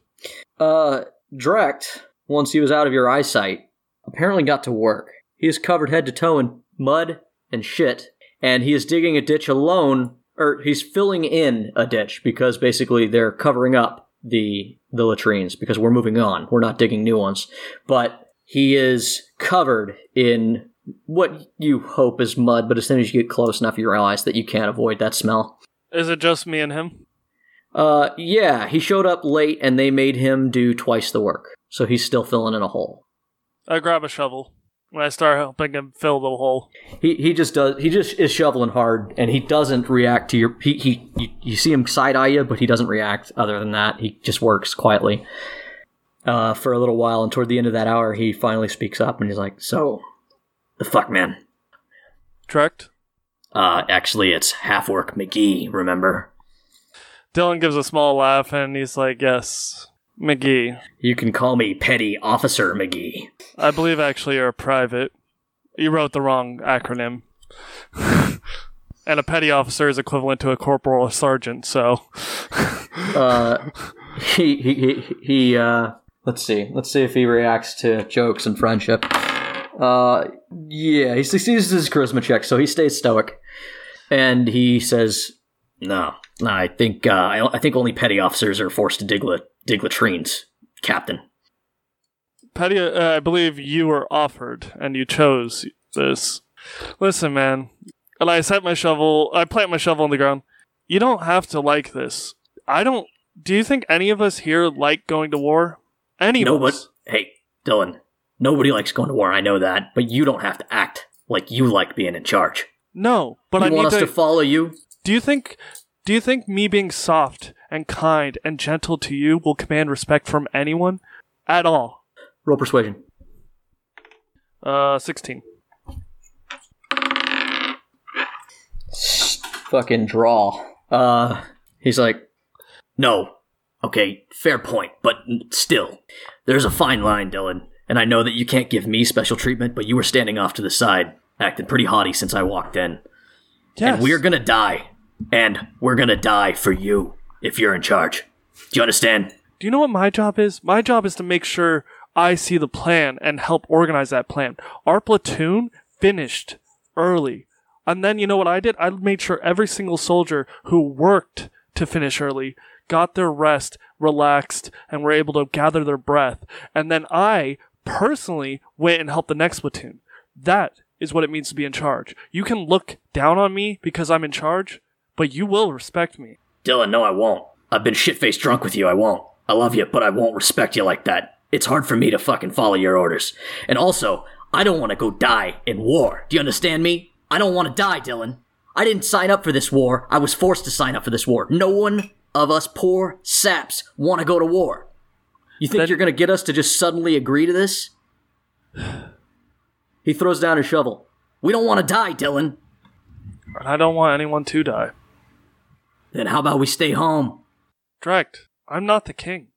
A: Uh, Drecht, once he was out of your eyesight, apparently got to work. He is covered head to toe in mud and shit, and he is digging a ditch alone, or he's filling in a ditch because basically they're covering up the the latrines because we're moving on. We're not digging new ones, but he is covered in what you hope is mud. But as soon as you get close enough, you realize that you can't avoid that smell.
C: Is it just me and him?
A: Uh, yeah, he showed up late and they made him do twice the work. So he's still filling in a hole.
C: I grab a shovel and I start helping him fill the hole.
A: He he just does he just is shoveling hard and he doesn't react to your he he you, you see him side eye you but he doesn't react other than that he just works quietly. Uh, for a little while and toward the end of that hour he finally speaks up and he's like, "So, the fuck man.
C: Drecht.
A: Uh, actually it's half work McGee, remember?
C: Dylan gives a small laugh and he's like, "Yes, McGee.
A: You can call me Petty Officer McGee."
C: I believe actually you're a private. You wrote the wrong acronym." and a petty officer is equivalent to a corporal or sergeant. So,
A: uh, he he he, he uh, let's see, let's see if he reacts to jokes and friendship. Uh, yeah, he succeeds his charisma check, so he stays stoic, and he says, "No, no, I think uh, I, I think only petty officers are forced to dig, la- dig latrines, Captain."
C: Patty, uh, I believe you were offered and you chose this. Listen, man. And I set my shovel, I plant my shovel on the ground. You don't have to like this. I don't. Do you think any of us here like going to war? Any
A: No,
C: of
A: but
C: us?
A: hey, Dylan, nobody likes going to war. I know that, but you don't have to act like you like being in charge.
C: No, but
A: you
C: I
A: want
C: need
A: us to follow you?
C: do you think? Do you think me being soft and kind and gentle to you will command respect from anyone at all?
A: Roll persuasion.
C: Uh, sixteen.
A: fucking draw. Uh, he's like, no, okay, fair point, but n- still, there's a fine line, Dylan, and I know that you can't give me special treatment, but you were standing off to the side acted pretty haughty since I walked in.
C: Yes.
A: And we're gonna die. And we're gonna die for you if you're in charge. Do you understand?
C: Do you know what my job is? My job is to make sure I see the plan and help organize that plan. Our platoon finished early. And then you know what I did? I made sure every single soldier who worked to finish early got their rest, relaxed, and were able to gather their breath. And then I personally went and helped the next platoon. That is what it means to be in charge. You can look down on me because I'm in charge, but you will respect me.
A: Dylan, no, I won't. I've been shit faced drunk with you, I won't. I love you, but I won't respect you like that. It's hard for me to fucking follow your orders. And also, I don't want to go die in war. Do you understand me? I don't want to die, Dylan. I didn't sign up for this war. I was forced to sign up for this war. No one of us poor saps want to go to war. You think
C: Then-
A: you're going to get us to just suddenly agree to this? he throws down his shovel. We don't want to die, Dylan.
C: And I don't want anyone to die.
A: Then how about we stay home?
C: Correct. I'm not the king.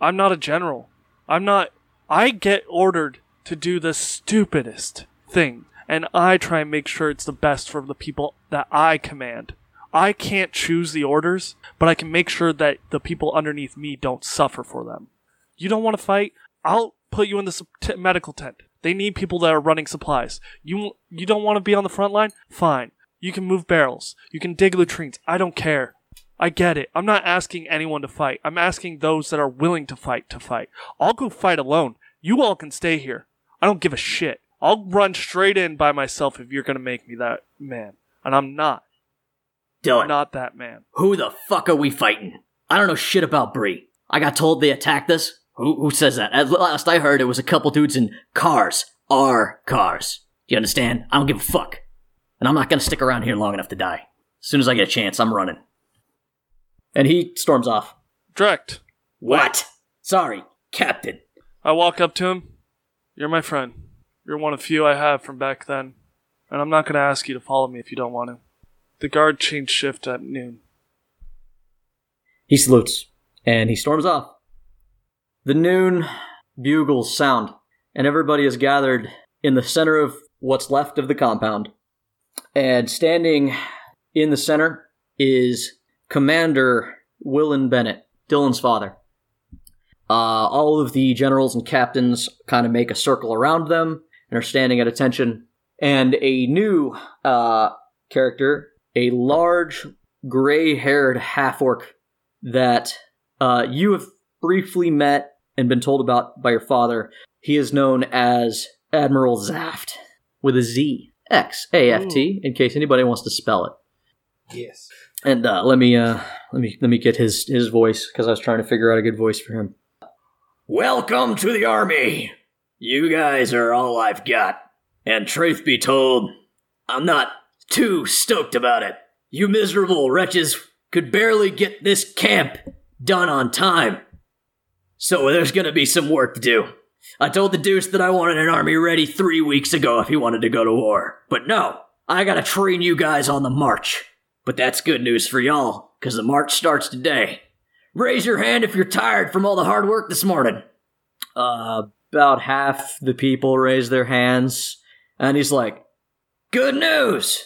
C: I'm not a general. I'm not. I get ordered to do the stupidest thing, and I try and make sure it's the best for the people that I command. I can't choose the orders, but I can make sure that the people underneath me don't suffer for them. You don't want to fight? I'll put you in the sup- t- medical tent. They need people that are running supplies. You you don't want to be on the front line? Fine. You can move barrels. You can dig latrines. I don't care. I get it. I'm not asking anyone to fight. I'm asking those that are willing to fight to fight. I'll go fight alone. You all can stay here. I don't give a shit. I'll run straight in by myself if you're going to make me that man. And I'm not.
A: Dylan.
C: I'm not that man.
A: Who the fuck are we fighting? I don't know shit about Bree. I got told they attacked us. Who, who says that? At last I heard it was a couple dudes in cars. Our cars. Do you understand? I don't give a fuck. And I'm not gonna stick around here long enough to die. As soon as I get a chance, I'm running. And he storms off.
C: Direct.
A: What? Sorry, Captain.
C: I walk up to him. You're my friend. You're one of few I have from back then. And I'm not going to ask you to follow me if you don't want to. The guard changed shift at noon.
A: He salutes, and he storms off. The noon bugles sound, and everybody is gathered in the center of what's left of the compound. And standing in the center is Commander Willen Bennett, Dylan's father. Uh, all of the generals and captains kind of make a circle around them and are standing at attention. And a new uh, character, a large, gray haired half orc that uh, you have briefly met and been told about by your father. He is known as Admiral Zaft with a Z X A F T. In case anybody wants to spell it.
G: Yes.
A: And uh, let me uh, let me let me get his his voice because I was trying to figure out a good voice for him. Welcome to the army. You guys are all I've got. And truth be told, I'm not too stoked about it. You miserable wretches could barely get this camp done on time. So there's gonna be some work to do. I told the deuce that I wanted an army ready three weeks ago if he wanted to go to war. But no, I gotta train you guys on the march. But that's good news for y'all, because the march starts today. Raise your hand if you're tired from all the hard work this morning. Uh, about half the people raise their hands, and he's like, Good news!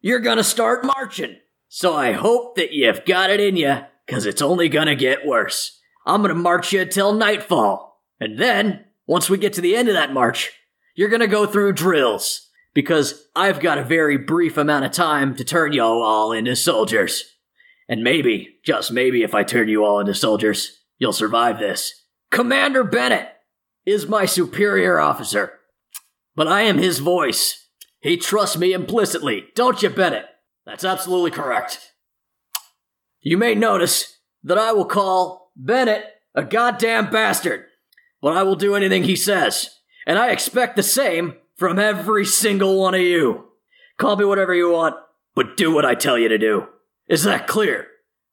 A: You're gonna start marching. So I hope that you've got it in you, because it's only gonna get worse. I'm gonna march you till nightfall. And then, once we get to the end of that march, you're gonna go through drills because I've got a very brief amount of time to turn y'all all into soldiers. And maybe, just maybe, if I turn you all into soldiers, you'll survive this. Commander Bennett is my superior officer, but I am his voice. He trusts me implicitly, don't you, Bennett? That's absolutely correct. You may notice that I will call Bennett a goddamn bastard but I will do anything he says. And I expect the same from every single one of you. Call me whatever you want, but do what I tell you to do. Is that clear?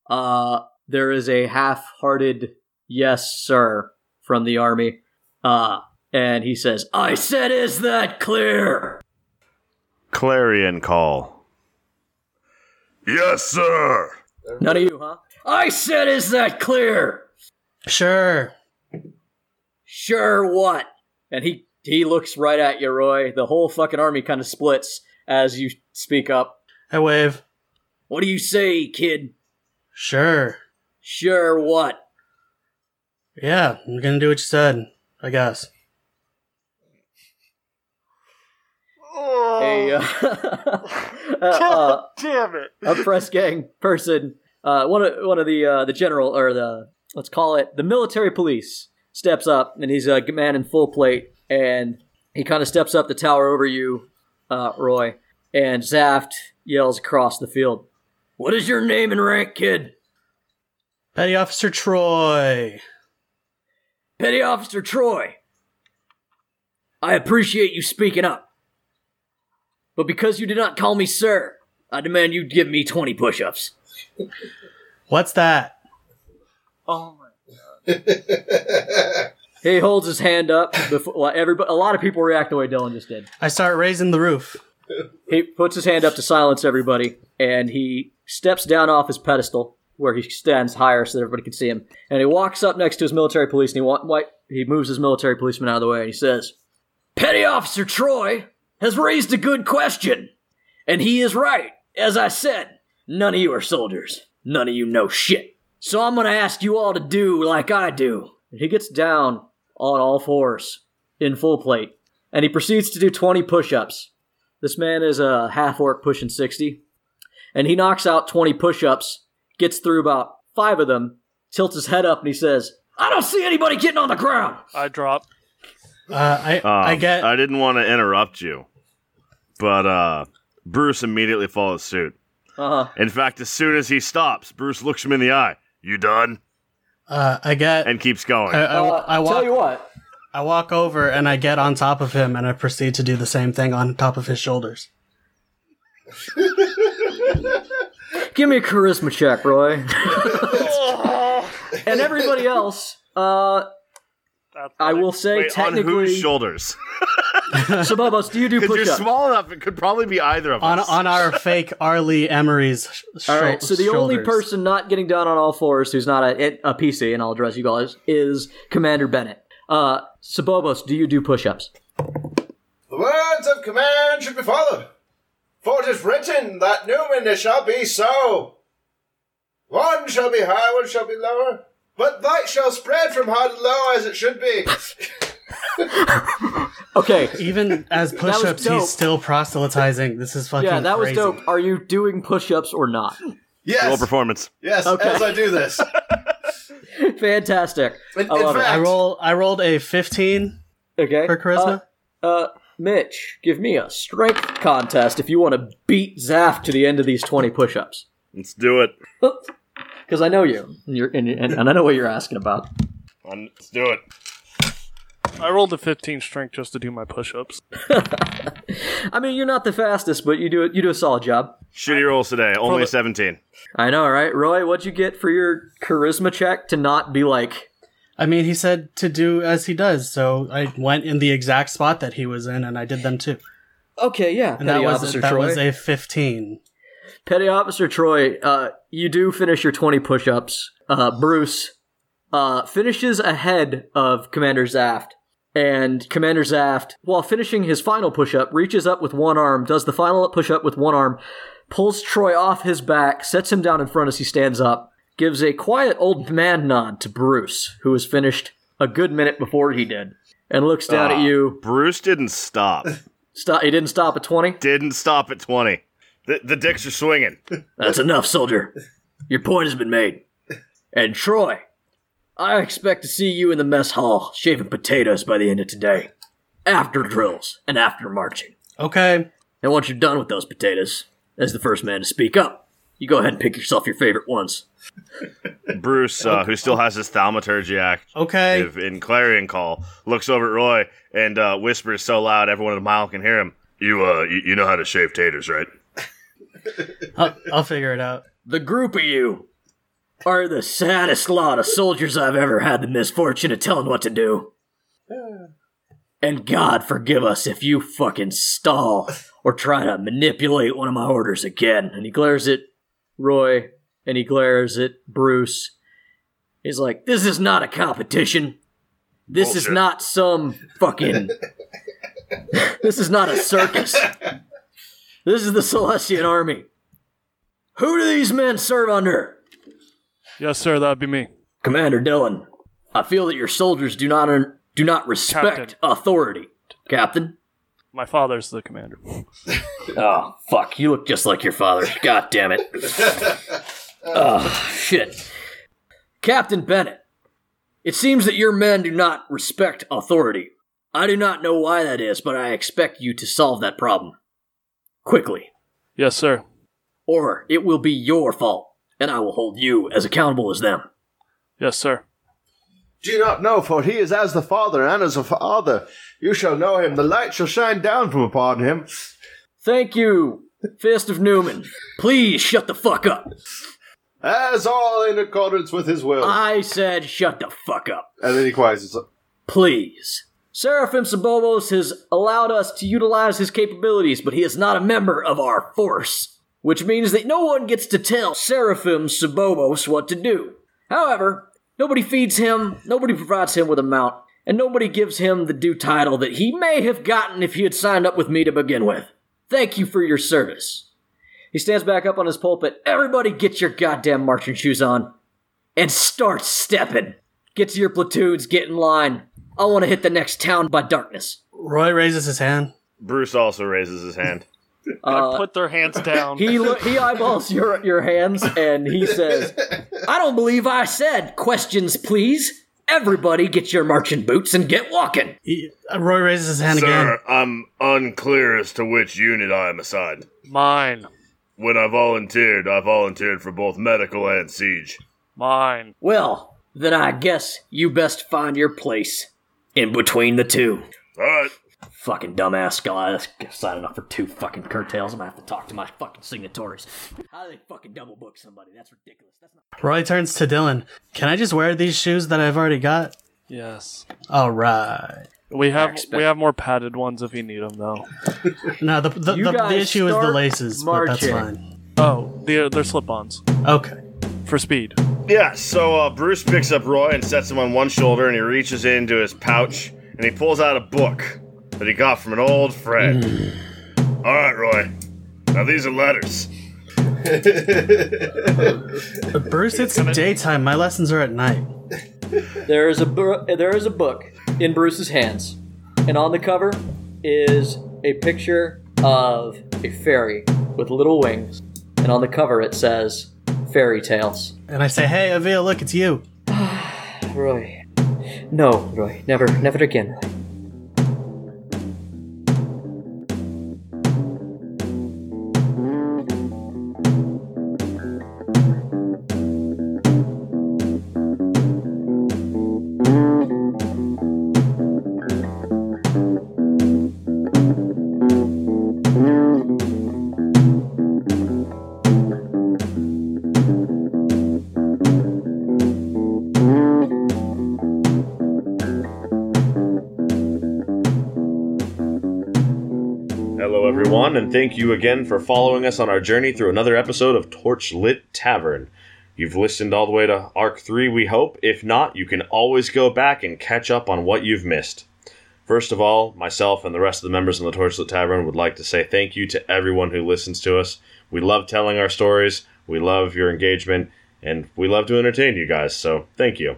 A: Uh, there is a half hearted yes, sir, from the army. Uh, and he says, I said, is that clear?
H: Clarion call.
E: Yes, sir.
A: None of you, huh? I said, is that clear?
D: Sure.
A: Sure, what? And he He looks right at you, Roy. The whole fucking army kind of splits as you speak up.
D: I wave.
A: What do you say, kid?
D: Sure.
A: Sure, what?
D: Yeah, I'm gonna do what you said, I guess.
A: A, uh, uh,
C: Oh. Damn it.
A: a press gang person, uh, one of one of the uh, the general or the let's call it the military police steps up, and he's a man in full plate, and he kind of steps up the tower over you, uh, Roy, and Zaft yells across the field, "What is your name and rank, kid?
D: Petty Officer Troy.
A: Petty Officer Troy." I appreciate you speaking up, but because you did not call me sir, I demand you give me twenty push-ups.
D: What's that?
C: Oh my.
A: He holds his hand up before well, everybody. A lot of people react the way Dylan just did.
D: I start raising the roof.
A: He puts his hand up to silence everybody, and he steps down off his pedestal where he stands higher so that everybody can see him. And he walks up next to his military police, and he wa- wa- he moves his military policeman out of the way, and he says, "Petty Officer Troy has raised a good question, and he is right. As I said, none of you are soldiers. None of you know shit. So I'm going to ask you all to do like I do." And he gets down on all fours in full plate, and he proceeds to do 20 push-ups. This man is a half orc pushing 60. And he knocks out 20 push ups, gets through about five of them, tilts his head up, and he says, I don't see anybody getting on the ground.
C: I drop.
D: Uh, I I
H: Um,
D: get
H: I didn't want to interrupt you, but uh, Bruce immediately follows suit.
A: Uh huh.
H: In fact, as soon as he stops, Bruce looks him in the eye. You done?
D: uh, I get
H: And keeps going.
D: I, I, I
A: Uh, Tell you
D: walk
A: what.
D: I walk over and I get on top of him and I proceed to do the same thing on top of his shoulders.
A: Give me a charisma check, Roy. and everybody else, uh,
C: That's
A: I will say
H: Wait, on
A: technically,
H: whose shoulders?
A: Shababos, do you do
H: Because
A: push
H: you're
A: ups?
H: small enough, it could probably be either of
D: On
H: us.
D: on our fake Arlie Emery's sh-
A: All right. So
D: shou-
A: the only
D: shoulders.
A: person not getting down on all fours, who's not a, a PC, and I'll address you guys, is Commander Bennett. Uh, Sabobos, do you do push-ups?
B: The words of command should be followed. For it is written that Newman it shall be so. One shall be high, one shall be lower. But light shall spread from high to low as it should be.
A: Okay,
D: even as
A: was
D: push-ups,
A: dope.
D: he's still proselytizing. This is fucking
A: Yeah, that was
D: crazy.
A: dope. Are you doing push-ups or not?
H: Roll
B: Yes,
H: performance.
B: yes,
A: Okay.
B: as I do this.
A: Fantastic.
B: In,
A: I
B: in
A: love it.
B: fact,
D: I roll I rolled a 15
A: Okay.
D: for charisma.
A: Uh, uh, Mitch, give me a strength contest if you want to beat Zaf to the end of these 20 push-ups.
H: Let's do it.
A: Because I know you, and, you're, and, and, and I know what you're asking about.
H: On- Let's do it.
C: I rolled a 15 strength just to do my push ups.
A: I mean, you're not the fastest, but you do it. You do a solid job.
H: Shitty rolls today. Only
C: the-
H: 17.
A: I know, right? Roy, what'd you get for your charisma check to not be like?
D: I mean, he said to do as he does, so I went in the exact spot that he was in, and I did them too.
A: Okay, yeah.
D: And
A: Petty
D: that was
A: Officer
D: that
A: Troy.
D: was a 15.
A: Petty Officer Troy, uh, you do finish your 20 push ups. Uh, Bruce uh, finishes ahead of Commander Zaft. And Commander Zaft, while finishing his final push up, reaches up with one arm, does the final push up with one arm, pulls Troy off his back, sets him down in front as he stands up, gives a quiet old man nod to Bruce, who was finished a good minute before he did, and looks down at
H: Ah.
A: you.
H: Bruce didn't stop.
A: Stop, he didn't stop at 20.
H: didn't stop at 20. The, the dicks are swinging.
A: That's enough, soldier. Your point has been made. And Troy, I expect to see you in the mess hall shaving potatoes by the end of today. After drills and after marching.
D: Okay,
A: And once you're done with those potatoes, as the first man to speak up, you go ahead and pick yourself your favorite ones.
H: Bruce, uh, who still has his thaumaturgy active
D: okay.
H: in clarion call, looks over at Roy and uh, whispers so loud everyone in the mile can hear him. You, uh, you, you know how to shave taters, right?
D: I'll, I'll figure it out.
A: The group of you are the saddest lot of soldiers I've ever had the misfortune of telling what to do. And God forgive us if you fucking stall or try to manipulate one of my orders again. And he glares at Roy and he glares at Bruce. He's like, This is not a competition. This is
H: Bullshit.
A: not some fucking. this is not a circus. This is the Celestian Army. Who do these men serve under?
C: Yes, sir, that'd be me.
A: Commander Dillon, I feel that your soldiers do not do not respect
C: Captain.
A: authority. Captain?
C: My father's the commander.
A: Oh, fuck. You look just like your father. God damn it. oh, shit. Captain Bennett, it seems that your men do not respect authority. I do not know why that is, but I expect you to solve that problem. Quickly.
C: Yes, sir.
A: Or it will be your fault, and I will hold you as accountable as them.
C: Yes, sir.
B: Do you not know, for he is as the Father, and as a Father you shall know him. The light shall shine down from upon him.
A: Thank you, Fist of Newman. Please shut the fuck up.
B: As all in accordance with his will.
A: I said shut the fuck up.
B: and then he quiets himself.
A: Please. Seraphim Sabobos has allowed us to utilize his capabilities, but he is not a member of our force, which means that no one gets to tell Seraphim Sabobos what to do. However, nobody feeds him, nobody provides him with a mount, and nobody gives him the due title that he may have gotten if he had signed up with me to begin with. Thank you for your service. He stands back up on his pulpit. Everybody get your goddamn marching shoes on and start stepping. Get to your platoons, get in line. I want to hit the next town by darkness.
D: Roy raises his hand.
E: Bruce also raises his hand.
C: I put their hands down.
A: Uh, He lo- he eyeballs your your hands and he says, "I don't believe I said questions, please. Everybody get your marching boots and get walking."
D: He, uh, Roy raises his hand again.
E: Sir, I'm unclear as to which unit I am assigned.
C: mine.
E: When I volunteered, I volunteered for both medical and siege.
C: Mine.
A: Well, then I guess you best find your place in between the two.
E: All right.
A: Fucking dumbass guy, that's signing up for two fucking curtails. I'm gonna have to talk to my fucking signatories. How do they fucking double book somebody? That's ridiculous. That's not.
D: Roy turns to Dylan. Can I just wear these shoes that I've already got?
C: Yes.
D: All right.
C: We have
A: expect-
C: we have more padded ones if you need them though.
D: No, the the,
A: You
D: the, the
A: guys
D: issue is the
A: start
D: laces, but that's
A: marching.
D: fine.
C: Oh, they're, they're slip-ons
D: Okay.
C: for speed.
E: Yeah, so uh, Bruce picks up Roy and sets him on one shoulder, and he reaches into his pouch and he pulls out a book that he got from an old friend. All right, Roy. Now these are letters.
D: Bruce, it's daytime. My lessons are at night.
A: There is a bur- there is a book in Bruce's hands, and on the cover is a picture of a fairy with little wings, and on the cover it says fairy tales.
D: And I say, hey, Avia, look, it's you.
A: Roy, no, Roy, never, never again.
E: Hello, everyone, and thank you again for following us on our journey through another episode of Torchlit Tavern. You've listened all the way to Arc 3, we hope. If not, you can always go back and catch up on what you've missed. First of all, myself and the rest of the members in the Torchlit Tavern would like to say thank you to everyone who listens to us. We love telling our stories, we love your engagement, and we love to entertain you guys, so thank you.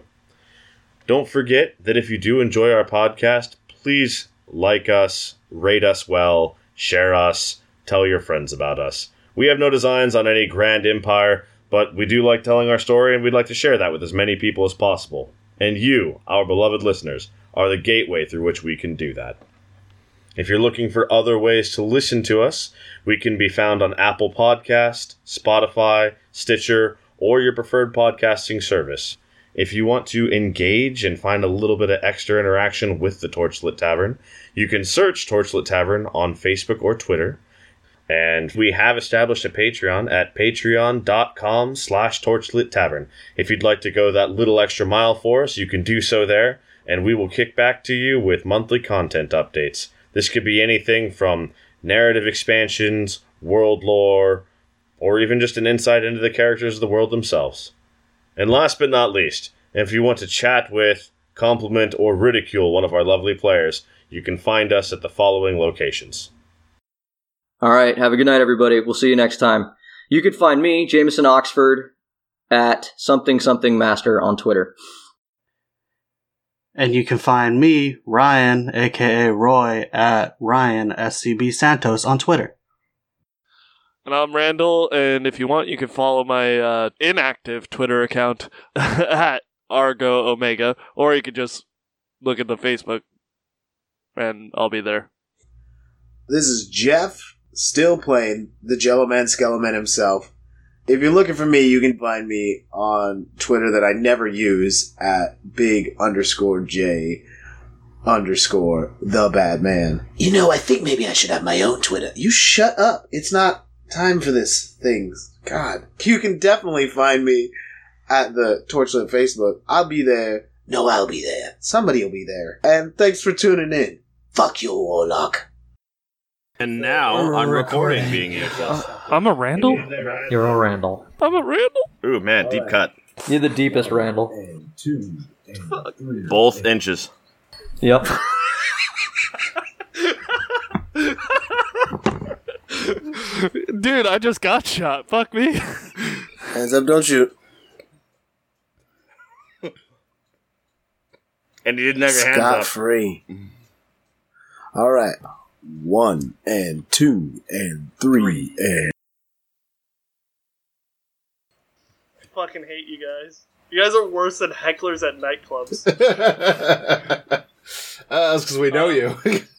E: Don't forget that if you do enjoy our podcast, please like us, rate us well, share us, tell your friends about us. We have no designs on any grand empire, but we do like telling our story and we'd like to share that with as many people as possible. And you, our beloved listeners, are the gateway through which we can do that. If you're looking for other ways to listen to us, we can be found on Apple Podcast, Spotify, Stitcher, or your preferred podcasting service. If you want to engage and find a little bit of extra interaction with the Torchlit Tavern, you can search Torchlit Tavern on Facebook or Twitter. And we have established a Patreon at patreon.com slash torchlit tavern. If you'd like to go that little extra mile for us, you can do so there, and we will kick back to you with monthly content updates. This could be anything from narrative expansions, world lore, or even just an insight into the characters of the world themselves. And last but not least, if you want to chat with, compliment, or ridicule one of our lovely players, you can find us at the following locations.
A: All right. Have a good night, everybody. We'll see you next time. You can find me, Jameson Oxford, at something something master on Twitter.
D: And you can find me, Ryan, aka Roy, at Ryan SCB Santos on Twitter.
C: And I'm Randall, and if you want, you can follow my uh, inactive Twitter account at Argo Omega, or you could just look at the Facebook, and I'll be there.
F: This is Jeff, still playing the Jello Man Skeleman himself. If you're looking for me, you can find me on Twitter that I never use at big underscore J underscore the bad man. You know, I think maybe I should have my own Twitter. You shut up. It's not time for this things. God. You can definitely find me at the Torchlit Facebook. I'll be there. No, I'll be there. Somebody will be there. And thanks for tuning in. Fuck you, Warlock.
E: And now I'm recording being yourself.
C: I'm a Randall?
A: You're a Randall.
C: I'm a Randall?
H: Ooh, man, deep cut.
A: You're the deepest Randall.
H: Both inches.
A: Yep.
C: Dude, I just got shot. Fuck me.
F: Hands up, don't shoot.
H: And you didn't have your hands
F: Scot
H: up.
F: free. All right. One and two and three and.
C: fucking hate you guys. You guys are worse than hecklers at nightclubs.
B: uh, that's because we know you.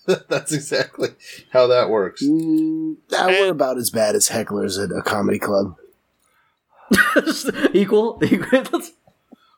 C: Um,
B: that's exactly how that works.
F: Mm, ah, we're about as bad as hecklers at a comedy club.
A: equal. equal-